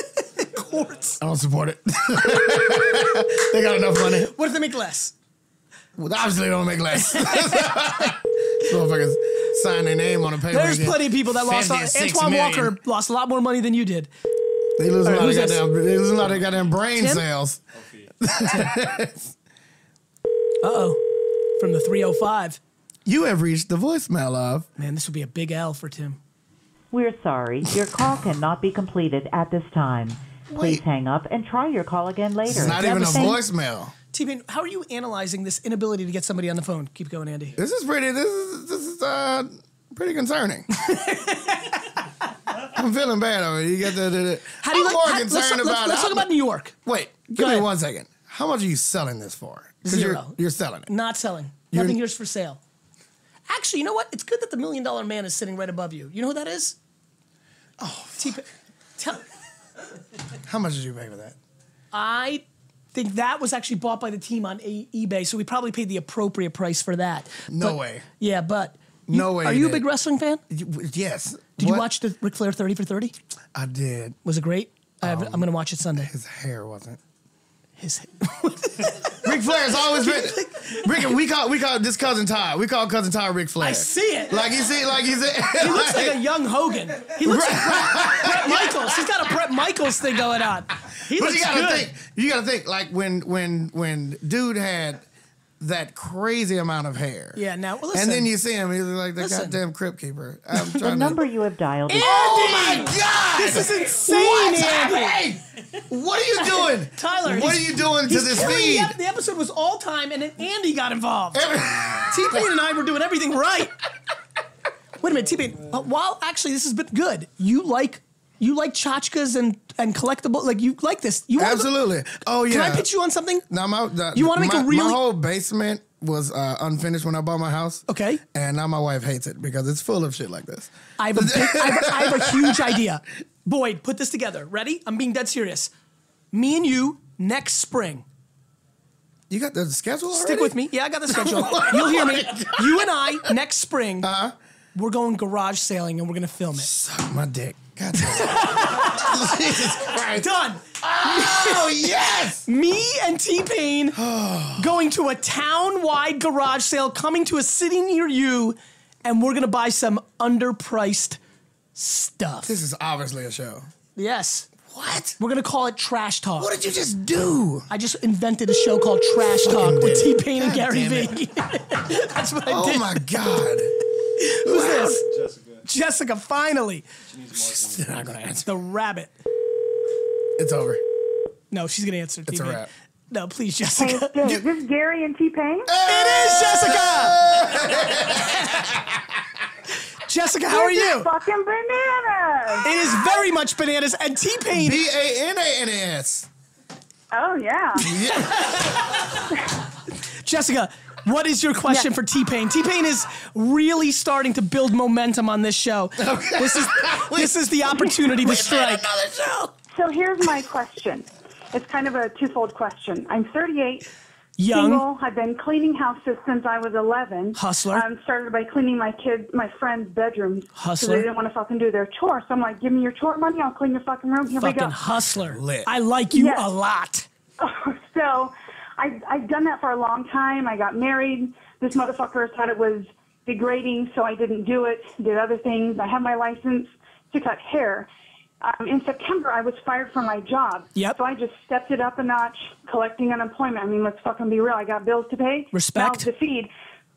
Courts.
I don't support it. they got enough money.
What if they make less?
Well, obviously, they don't make less. Motherfuckers sign their name on a paper.
There's
and get
plenty of people that lost.
56
Antoine
million.
Walker lost a lot more money than you did.
They lose a lot of
who's this?
goddamn. They lose a lot of goddamn brain
Tim?
cells.
Okay.
Uh oh. From the 305.
You have reached the voicemail of.
Man, this would be a big L for Tim.
We're sorry. Your call cannot be completed at this time. Please
Wait.
hang up and try your call again later.
It's not even a
Thank-
voicemail.
T Pain, how are you analyzing this inability to get somebody on the phone? Keep going, Andy.
This is pretty. This is this is uh, pretty concerning. I'm feeling bad over it. You got the. the, the-
How do you like,
I'm more
how-
concerned
let's,
about.
let's- let's talk about New York.
Wait, give me
ahead.
one second. How much are you selling this for? 'Cause
Zero.
You're, you're selling it.
Not selling.
You're-
Nothing here's for sale. Actually, you know what? It's good that the million dollar man is sitting right above you. You know who that is? Oh, T Pain. Tell.
How much did you pay for that?
I think that was actually bought by the team on e- eBay, so we probably paid the appropriate price for that.
No
But-
way.
Yeah, but you-
No way
Are
you
you a
did.
big wrestling fan? Did
You- yes.
you
What?
watch the Ric Flair Thirty for Thirty?
I did.
Was it great? I
Um,
have, I'm gonna watch it Sunday.
His hair wasn't.
His,
Ric Flair's always been. Rick, we call we call this cousin Ty. We call cousin Ty Ric Flair.
I see it.
Like he see, like he's.
he looks like a young Hogan. He looks like Brett, Brett Michaels. He's got a Brett Michaels thing going on. He
But
looks
you gotta
good.
think. You gotta think. Like when when when dude had that crazy amount of hair.
Yeah, now, well,
and
listen.
then you see him, he's like the
Listen.
goddamn crypt keeper. I'm trying
The
to-
number you have dialed is
Oh my god!
This is insane,
What's
Andy.
happening? What are you doing,
Tyler,
What are
he's-
you doing to
he's
this
killing
feed?
The, ep- the episode was all time, and then Andy got involved. T Pain and I were doing everything right. Wait a minute, T Pain. Uh, while actually, this has been good. You like you like tchotchkes and and collectible. Like you like this. You wanna go-
Absolutely. Oh yeah.
Can I pitch you on something?
Now my the,
You wanna make
my,
a really-
my whole basement was uh, unfinished when I bought my house.
Okay.
And now my wife hates it because it's full of shit like this.
I have a big, I, have, I have a huge idea. Boyd, put this together. Ready? I'm being dead serious. Me and you next spring.
You got the schedule already?
Stick with me. Yeah, I got the schedule. You'll hear me. You and I next spring. Uh-huh. We're going garage sailing and we're gonna film it.
Suck my dick. God damn it. Jesus Christ.
Done.
Oh yes.
Me and T Pain going to a town wide garage sale, coming to a city near you, and we're gonna buy some underpriced stuff.
This is obviously a show.
yes.
What?
We're gonna call it Trash Talk.
What did you just do?
I just invented a show called Trash Talk with T Pain and Gary Vee. That's what I
Oh
did.
my god.
Who's this?
Jessica.
Jessica, finally.
She needs
They're not gonna answer.
The rabbit.
It's over.
No, she's gonna answer.
It's a
TV.
wrap.
No, please,
Hey,
Jessica.
Is this Gary and T Pain?
It is Jessica. Jessica, how are you?
Fucking bananas!
It is very much bananas and T Pain.
B A N A N A S.
Oh yeah.
Jessica, what is your question for T Pain? T Pain is really starting to build momentum on this show. This is this is the opportunity to strike.
So here's my question. It's kind of a twofold question. I'm 38,
Young.
single. I've been cleaning houses since I was 11.
Hustler.
Um, started by cleaning my kids, my friends' bedrooms. 'cause
Hustler.
They didn't want to fucking do their chores. So I'm like, give me your chore money. I'll clean your fucking room. Here we
Fucking
go.
hustler.
Lit.
I like you
Yes.
a lot.
so I, I've done that for a long time. I got married. This motherfucker thought it was degrading, so I didn't do it. Did other things. I had my license to cut hair. Um, in September, I was fired from my job.
Yep.
So I just stepped it up a notch, collecting unemployment. I mean, let's fucking be real. I got bills to pay,
Respect.
mouths to feed.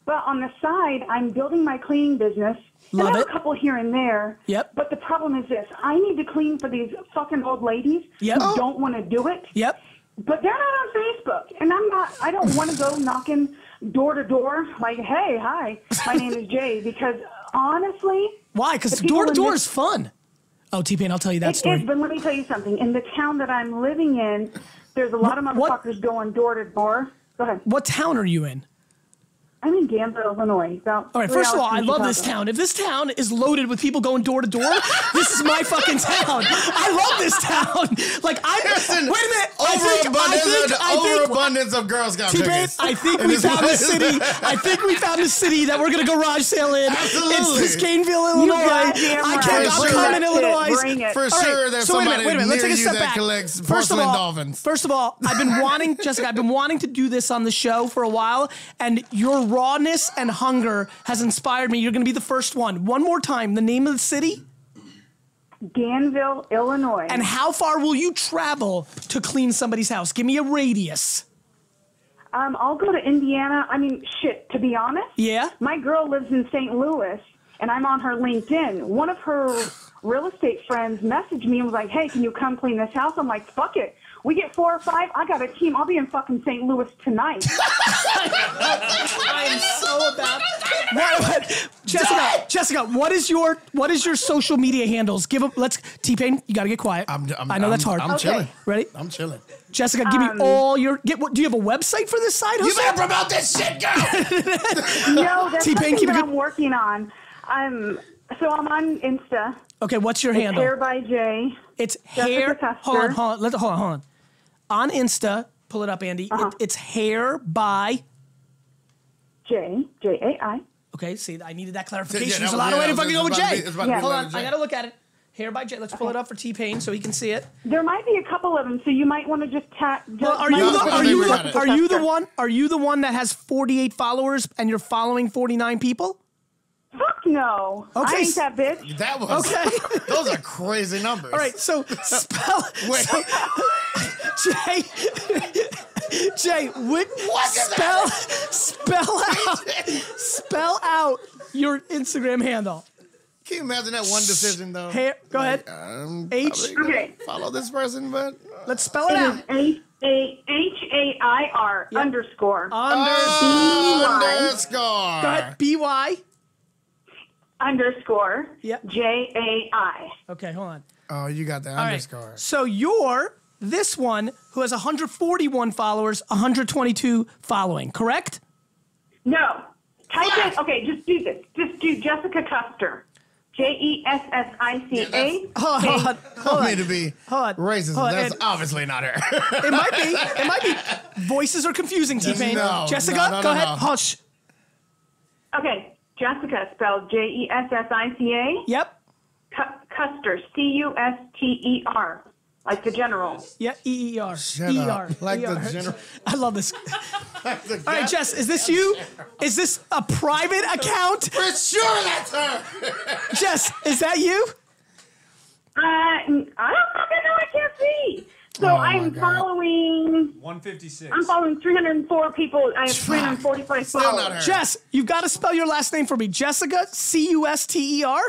But on the side, I'm building my cleaning business. And
Love
I have
it.
a couple here and there.
Yep.
But the problem is this: I need to clean for these fucking old ladies
Yep.
who don't want to do it
Yep.
but they're not on Facebook, and I'm not. I don't want to go knocking door to door like, "Hey, hi, my name is Jay," because honestly,
Why? Because
The people
door to
in
door
this-
is fun. Oh, T Pain, I'll tell you that
it is.
story.
But let me tell you something. In the town that I'm living in, there's a lot of
What-
motherfuckers going door to door. Go ahead.
What town are you in?
I'm in Danville, Illinois. About
All right,
three
first of
hours
all, I
from
love this
Chicago.
town. If this town is loaded with people going door to door, this is my fucking town. I love this town. Like I
Listen,
wait a minute. I think I
Overabundance,
think
of-
I think
overabundance of Girl Scout
T-Pain,
cookies.
I think
In
we
this
found the
place.
city. I think we found the city that we're gonna garage sale in.
Absolutely.
It's Piscateville, Illinois.
goddamn
I
right.
can't. I'm
Bring
coming,
that shit.
Illinois.
Bring it.
For
All right,
sure, there's
so wait a
somebody
minute, wait a minute. Let's
near
take a
you
step
that
back.
collects
first of
porcelain
all,
dolphins.
First of all, I've been wanting, Jessica, I've been wanting to do this on the show for a while, and your rawness and hunger has inspired me. You're going to be the first one. One more time, the name of the city,
Danville, Illinois.
and how far will you travel to clean somebody's house? Give me a radius.
Um, I'll go to Indiana. I mean, shit, to be honest.
Yeah?
My girl lives in St. Louis, and I'm on her LinkedIn. One of her real estate friends messaged me and was like, hey, can you come clean this house? I'm like, fuck it. We get four or five. I got a team. I'll be in fucking St. Louis tonight.
I am so about. What, what- Jessica, Jessica, what is your what is your social media handles? Give them. Let's T Pain. You got to get quiet.
I'm, I'm,
I know that's hard.
I'm
Okay.
chilling.
Ready?
I'm chilling.
Jessica, give
Um,
me all your. Get what? Do you have a website for this side?
You
hustle?
better promote this shit, girl.
no, that's
T-Pain,
something
keep it good.
that I'm working on. Um, so I'm on Insta.
Okay, what's your handle?
Hair by Jay.
It's
Jessica
hair.
Custer.
Hold on, hold on. Let, hold on, hold on. On Insta, pull it up, Andy. It-
Uh-huh.
it's hair by.
J. J A I.
Okay, see, I needed that clarification.
Yeah, that
There's a
was-
lot of
yeah,
way to
that
fucking
was
go with
about to be-
Jay.
it's about to be
Hold
another
on,
J.
I gotta look at it. Hair by Jay. Let's pull it up for T Pain so he can see it.
There might be a couple of them, so you might want to just tap.
Well, are you
No,
the,
I
are
think
you
we got
the,
it.
are you the one are you the one that has 48 followers and you're following 49 people?
Fuck no.
Okay,
I
s-
ain't that bitch.
That was
Okay.
Those are crazy numbers.
All right, so spell
Wait.
Jay Jay, what, spell spell out spell out your Instagram handle.
Can you imagine that one decision though?
Hey, go ahead.
I'm
H-
probably gonna
Okay.
Follow this person, but
Let's spell it
It
out.
is H A H A I R underscore
Oh.
Uh,
Under
underscore.
B Y.
underscore
Yep.
J A I.
Okay, hold on.
Oh, you got the
All right.
underscore.
So you're this one who has 141 followers, 122 following, correct?
No. Type in. Okay, just do this. Just do Jessica Custer. J E S S I C A.
Hold on, hold on, hold
Don't
on.
need to be
Hold on.
racist.
Hold on.
That's
And-
obviously not her.
It might be. It might be. Voices are confusing, T Pain.
No,
Jessica,
no, no,
go
no,
ahead.
no.
Hush.
Okay, Jessica spelled J E S S I C A.
Yep.
Cu- Custer. C U S T E R. Like the general.
Yeah, E E R.
Shut
E R.
up. Like the
ER.
general-
I love this. All right, Jess, is this you? Is this a private account?
For sure, that's her.
Jess, is that you?
Uh, I don't fucking know. I can't see. So
Oh, my
I'm
God.
following.
156.
I'm following 304 people. I have 345
Still not
followers.
her.
Jess, you've got to spell your last name for me. Jessica, C U S T E R?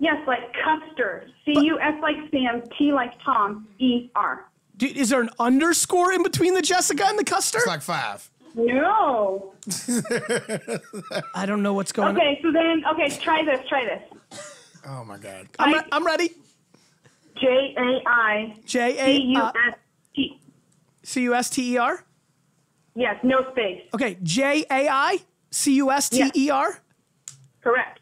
Yes, like Custer. C U S like Sam, T like Tom, E R.
Do- Is there an underscore in between the Jessica and the Custer?
It's like five. Oh,
No.
I don't know what's going on.
Okay, so then, okay, try this, try this.
Oh my god.
I'm, re- I'm ready.
J A I C
J
U
A uh,
S T.
C U S T E R.
Yes, no space.
Okay, J A I C U S T E R.
Correct.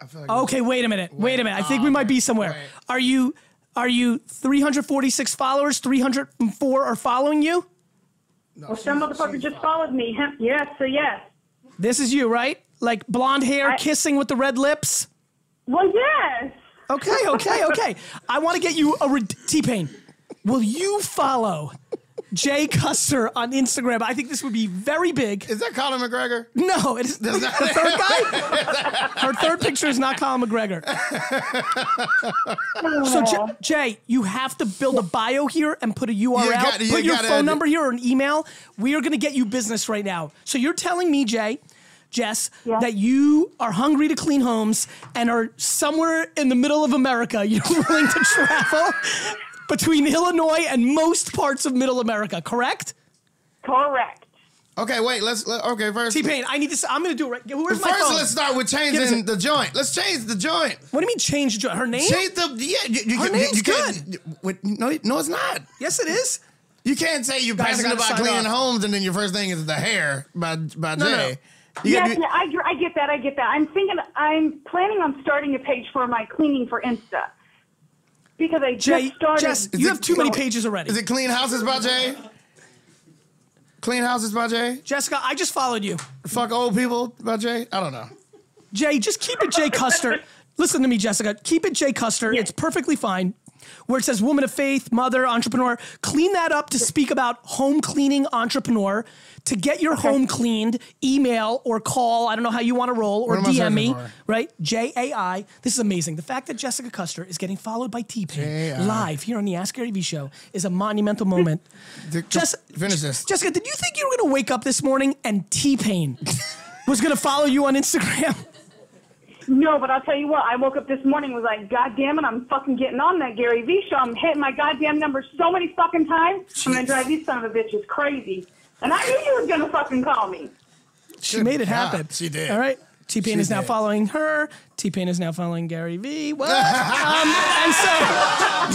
I feel like
Okay, wait a minute. Wait a minute. I think we might be somewhere.
wait.
Are you are you 346 followers? 304 are following you?
Well, some motherfucker just followed me. Huh? Yes, so yes.
This is you, right? Like blonde hair,
I-
kissing with the red lips.
Well, yes.
Okay, okay, okay. I want to get you a red- T Pain. Will you follow Jay Custer on Instagram? I think this would be very big.
Is that Colin McGregor?
No, it is the third guy. Her third picture is not Colin McGregor. so J- Jay, you have to build a bio here and put a URL,
gotta- you
put your
gotta-
phone number here or an email. We are going to get you business right now. So you're telling me, Jay, Jess,
Yeah.
that you are hungry to clean homes and are somewhere in the middle of America. You're willing to travel between Illinois and most parts of Middle America, correct?
Correct.
Okay, wait. Let's. Let, okay, first.
T Pain, I need to. s- I'm going to do it. Right. Where's my
First,
phone?
let's start with
Give us a-
changing the joint. Let's change the joint.
What do you mean change jo- her name?
Change the yeah. You, you,
Her
you,
name's
you can't- Wait, no, no, it's not.
Yes, it is.
You can't say you're
Guys, I
passionate
gotta
about
sign
cleaning
off.
homes and then your first thing is the hair by by
No, no,
Jay. You gotta
Yes,
do-
yeah, I, I get that. I get that. I'm thinking, I'm planning on starting a page for my cleaning for Insta because I
Jay,
just started.
Jess,
Is
you
it-
have too many
no.
pages already.
Is it clean houses by Jay? Clean houses by Jay.
Jessica, I just followed you.
Fuck old people by Jay. I don't know.
Jay, just keep it Jay Custer. Listen to me, Jessica. Keep it Jay Custer. It's perfectly fine. Where it says woman of faith, mother, entrepreneur, clean that up to speak about home cleaning entrepreneur. To get your home cleaned, email or call. I don't know how you want to roll or
What am I
DM me.
searching for?
Right? J A I. This is amazing. The fact that Jessica Custer is getting followed by T
J.A.I..
Pain live here on the Ask Gary V show is a monumental moment.
Dick,
Jess,
finish this.
Jessica, did you think you were gonna wake up this morning and T Pain was gonna follow you on Instagram?
No, but I'll tell you what. I woke up this morning and was like, God damn it, I'm fucking getting on that Gary Vee show. I'm hitting my goddamn number so many fucking times. I'm gonna drive these son of a bitches crazy. And I knew you was gonna fucking call me.
She
Good
made it
God,
happen.
she did.
All right. T Pain
She
is now
did.
following her. T Pain is now following Gary V. What? um, and so,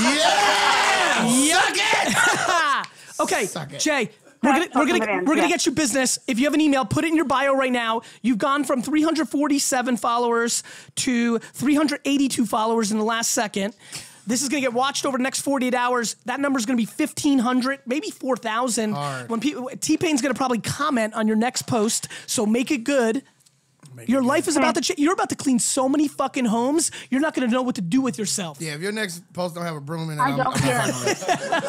Yeah.
yuck it. okay,
Suck it.
Jay. We're gonna, we're,
Suck it
gonna,
in,
we're gonna
yeah.
get you business. If you have an email, put it in your bio right now. You've gone from 347 followers to 382 followers in the last second. This is gonna get watched over the next 48 hours. That number's gonna be 1,500, maybe 4,000.
Hard.
When people, T Pain's gonna probably comment on your next post, so make it good. Your life is about to change. You're about to clean so many fucking homes. You're not going to know what to do with yourself.
Yeah, if your next post don't have a broom in it,
I
I'm,
don't
I'm
care.
not fucking with it.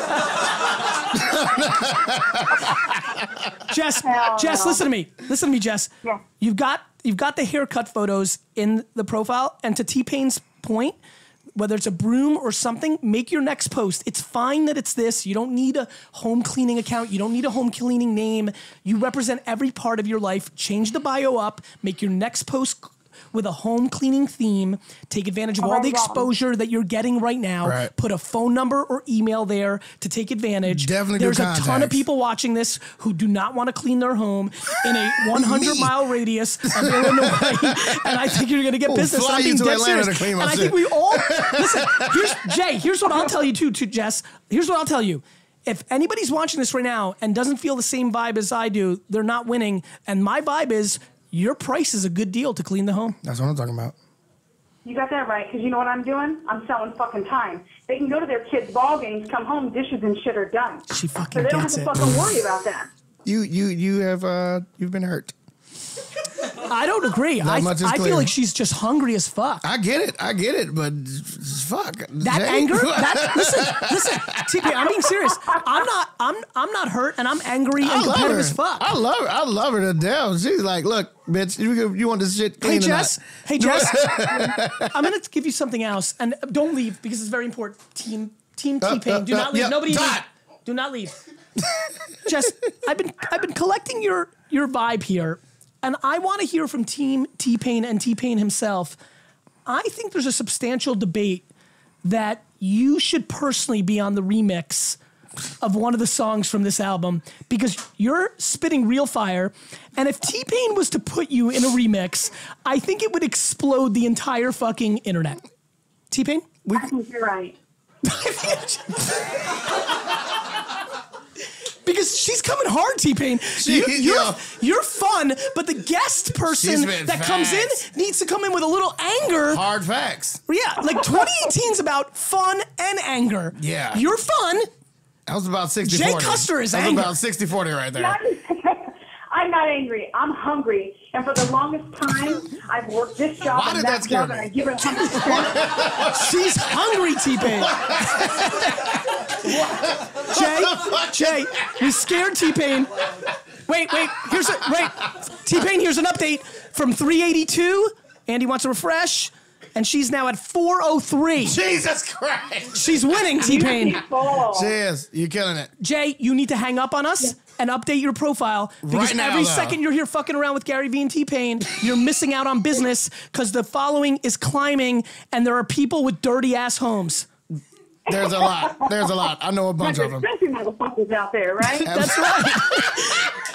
Jess,
Hell
Jess,
no.
listen to me. Listen to me, Jess.
Yeah.
You've got you've got the haircut photos in the profile, and to T Pain's point, whether it's a broom or something, make your next post. It's fine that it's this. You don't need a home cleaning account. You don't need a home cleaning name. You represent every part of your life. Change the bio up, make your next post c- with a home cleaning theme. Take advantage of all,
All right,
the
Rob.
exposure that you're getting right now.
Right.
Put a phone number or email there to take advantage.
Definitely do
There's a ton of
contacts.
people watching this who do not want to clean their home in a 100 mile radius of Illinois. And I think you're going to get
We'll
business.
fly
I'm
you
being
to
dead
Atlanta to
serious.
clean
And
my
I
shit.
think we all listen. Here's Jay. Here's what I'll tell you too, to Jess. Here's what I'll tell you. If anybody's watching this right now and doesn't feel the same vibe as I do, they're not winning. And my vibe is your price is a good deal to clean the home.
That's what I'm talking about.
You got that right, because you know what I'm doing? I'm selling fucking time. They can go to their kids' ball games, come home, dishes and shit are done.
She
So
fucking
they don't have
gets
to
it.
fucking worry about that.
You you you have uh you've been hurt.
I don't agree.
Not
I,
much is
I
clear.
feel like she's just hungry as fuck.
I get it, I get it, but fuck
That
Jay.
anger, that listen, listen, TP, I'm being serious. I'm not, I'm, I'm not hurt, and I'm angry and
I love her.
competitive as fuck.
I love her. I love her to death. She's like, look, bitch, you can- you want this shit clean
Hey
or not?"
Jess, hey Jess, I'm gonna give you something else, and don't leave because it's very important. Team, team
Uh,
T Pain, do
uh,
not
uh,
leave.
yeah,
Nobody,
Todd.
leave. do not leave. Jess, I've been, I've been collecting your, your vibe here, and I want to hear from Team T Pain and T Pain himself. I think there's a substantial debate that you should personally be on the remix of one of the songs from this album because you're spitting real fire. And if T Pain was to put you in a remix, I think it would explode the entire fucking internet. T Pain?
I think you're right.
Because she's coming hard, T Pain. You,
She-
you're,
yeah.
you're fun, but the guest person
She's been
that comes in
facts.
needs to come in with a little anger.
Hard facts.
Yeah, like 2018's about fun and anger.
Yeah.
You're fun,
That was about 60
Jay
40.
Custer is
That was
angry.
about 60 40 right there.
Not- I'm not angry. I'm hungry. And for the longest time, I've worked this job
Why
and
did that
that,
scare
job,
me?
and I give it 100%.
She's hungry, T Pain. Jay, Jay, we scared T Pain. Wait, wait. Here's a wait. T Pain, here's an update from 382. Andy wants a refresh, and she's now at 403.
Jesus Christ.
She's winning, T Pain.
Ball.
Jess, you're killing it.
Jay, you need to hang up on us and update your profile because
Right now,
every
though.
second you're here fucking around with Gary Vee and T Pain, you're missing out on business because the following is climbing, and there are people with dirty ass homes.
There's a lot. There's a lot. I know a bunch of
There's
them.
filthy motherfuckers out there, right?
That's right.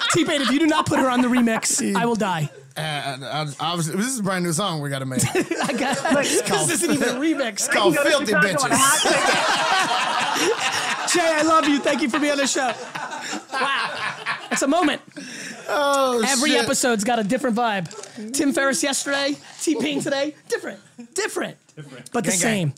T Pain, if you do not put her on the remix, I will die.
And I, obviously, this is a brand new song we got to make.
I got this isn't even a remix.
It's called
You go to
Filthy
Chicago and a
Bitches.
hot chick
Jay, I love you. Thank you for being on the show. Wow. It's a moment.
Oh,
Every
shit.
episode's got a different vibe. Tim Ferriss yesterday, T Pain today. Different. Different. Different. But the
Gang,
same.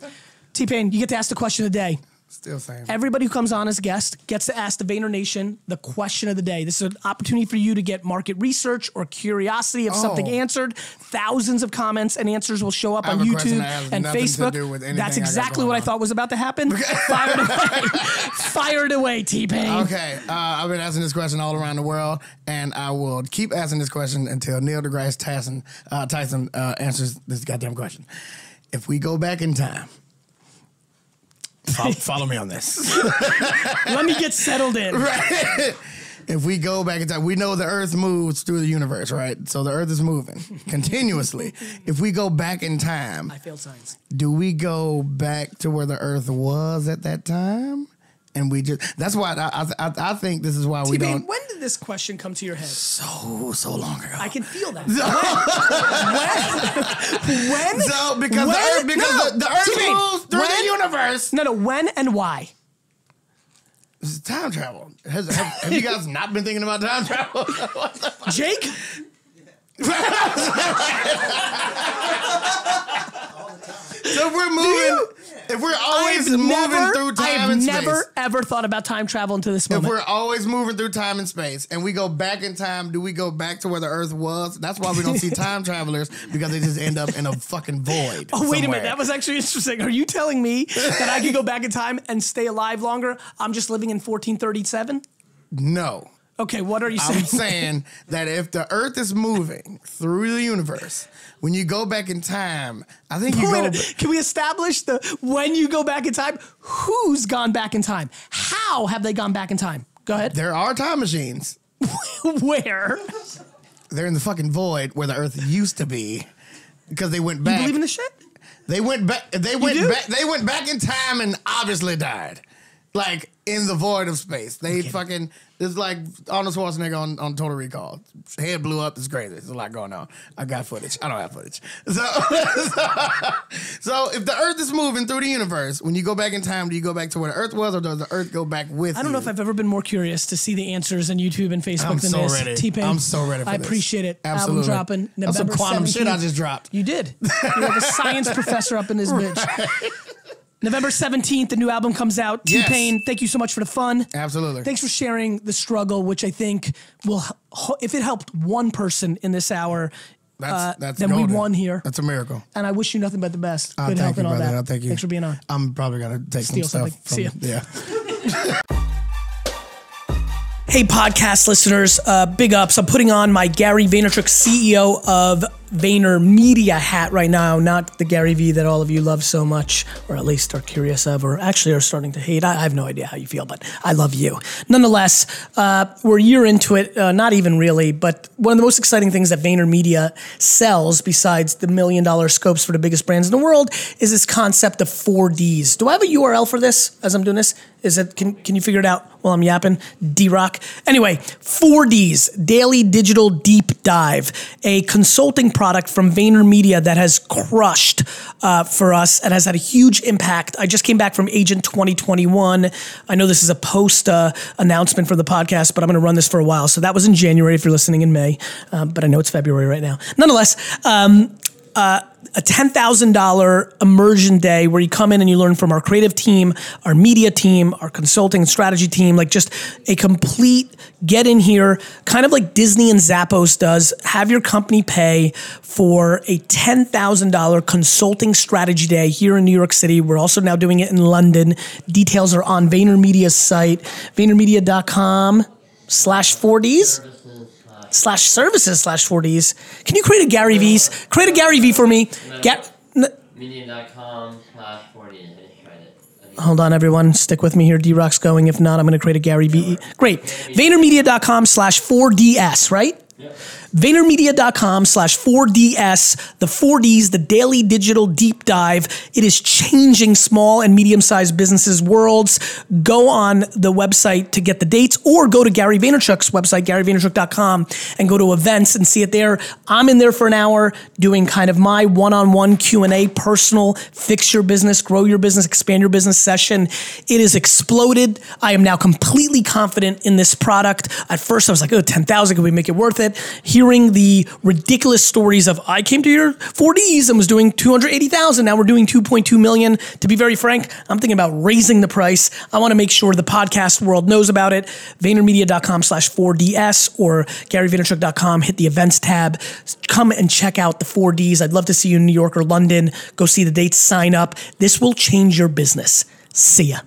T Pain, you get to ask the question of the day.
Still same.
Everybody who comes on as a guest gets to ask the Vayner Nation the question of the day. This is an opportunity for you to get market research or curiosity of something
Oh.
answered. Thousands of comments and answers will show up
I
on
have a question
YouTube
that has
and
nothing to
Facebook.
do with anything
That's
I got
exactly
going
what I
on.
thought was about to happen. Fired away. Fired away, T Pain.
Okay, uh, I've been asking this question all around the world, and I will keep asking this question until Neil deGrasse Tyson, uh, Tyson uh, answers this goddamn question. If we go back in time, follow, follow me on this.
Let me get settled in.
if we go back in time, we know the Earth moves through the universe, right? So the Earth is moving continuously. If we go back in time,
I failed science.
do we go back to where the Earth was at that time? And we just—that's why I, I, I, I think this is why
T
we
Pain,
don't
when did this question come to your head?
so Oh, so long ago.
I can feel that. When? when?
So because
When?
the earth, because
No.
the, the earth
T-Pain,
moves through
when-
the universe.
No, no, when and why?
This is time travel. Has, have, have you guys not been thinking about time travel?
Jake?
so if we're moving, if we're always
I've
moving
never-
through time
I've
and
never
space,
ever thought about time travel until this
if
moment.
we're always moving through time and space, and we go back in time, do we go back to where the Earth was? That's why we don't see time travelers because they just end up in a fucking void.
Oh, wait a
somewhere.
minute. That was actually interesting. Are you telling me that I could go back in time and stay alive longer? I'm just living in 1437?
no.
Okay, what are you saying?
I'm saying that if the Earth is moving through the universe, when you go back in time, I think you go.
Wait, can we establish the when you go back in time? Who's gone back in time? How have they gone back in time? Go ahead.
There are time machines.
Where?
They're in the fucking void where the Earth used to be, because they went back.
You believe in this shit?
They went back. They went
do?
back. They went back in time and obviously died, like in the void of space. They fucking. It's like Arnold Schwarzenegger on, on Total Recall. His head blew up. It's crazy. There's a lot going on. I got footage. I don't have footage. So, so, if the Earth is moving through the universe, when you go back in time, do you go back to where the Earth was, or does the Earth go back with?
I don't know if I've ever been more curious to see the answers on YouTube and Facebook
I'm
than
so
this.
ready.
T-Pain.
I'm so ready for
I
this.
appreciate it.
Absolutely.
Album dropping November
That's some quantum shit I
17th.
just dropped.
You did. You're like a science professor up in this bitch. November 17th, the new album comes out.
Yes.
T-Pain, thank you so much for the fun.
Absolutely.
Thanks for sharing the struggle, which I think will, h- if it helped one person in this hour,
That's,
uh,
that's
then we
golden.
won here.
That's a miracle.
and I wish you nothing but the best.
I
Good
Ah, thank
health
you,
and all
brother.
that.
I thank you.
Thanks for being on.
I'm probably gonna take
Steal
some
something.
stuff. From,
See ya.
Yeah.
Hey, podcast listeners, uh, big ups. I'm putting on my Gary Vaynerchuk, CEO of Vayner Media hat right now, not the Gary V that all of you love so much, or at least are curious of, or actually are starting to hate. I, I have no idea how you feel, but I love you. Nonetheless, uh, we're a year into it, uh, not even really, but one of the most exciting things that Vayner Media sells, besides the million dollar scopes for the biggest brands in the world, is this concept of 4Ds. Do I have a URL for this as I'm doing this? Is it can can you figure it out while I'm yapping? D Rock. Anyway, 4Ds, Daily Digital Deep Dive, a consulting product from VaynerMedia that has crushed uh, for us and has had a huge impact. I just came back from Agent 2021. I know this is a post uh, announcement for the podcast, but I'm going to run this for a while. So that was in January if you're listening in May, um, but I know it's February right now. Nonetheless, um, uh, a $10,000 immersion day where you come in and you learn from our creative team, our media team, our consulting and strategy team, like just a complete get in here, kind of like Disney and Zappos does. Have your company pay for a $10,000 consulting strategy day here in New York City. We're also now doing it in London. Details are on VaynerMedia's site, VaynerMedia.com slash 4Ds slash services slash 4ds can you create a gary v's create a gary v for me Ga- n-
Medium.com slash 40. uh, I didn't write it.
hold on everyone stick with me here d-rock's going if not i'm going to create a gary v great vaynermedia.com slash 4ds right VaynerMedia.com slash 4DS, the 4Ds, the daily digital deep dive. It is changing small and medium sized businesses' worlds. Go on the website to get the dates or go to Gary Vaynerchuk's website, GaryVaynerchuk.com, and go to events and see it there. I'm in there for an hour doing kind of my one on one Q&A, personal, fix your business, grow your business, expand your business session. It is exploded. I am now completely confident in this product. At first, I was like, oh, 10,000, can we make it worth it? Hearing the ridiculous stories of, I came to your 4Ds and was doing 280,000. Now we're doing 2.2 million. To be very frank, I'm thinking about raising the price. I want to make sure the podcast world knows about it. VaynerMedia.com slash 4DS or GaryVaynerchuk.com. Hit the events tab. Come and check out the 4Ds. I'd love to see you in New York or London. Go see the dates, sign up. This will change your business. See ya.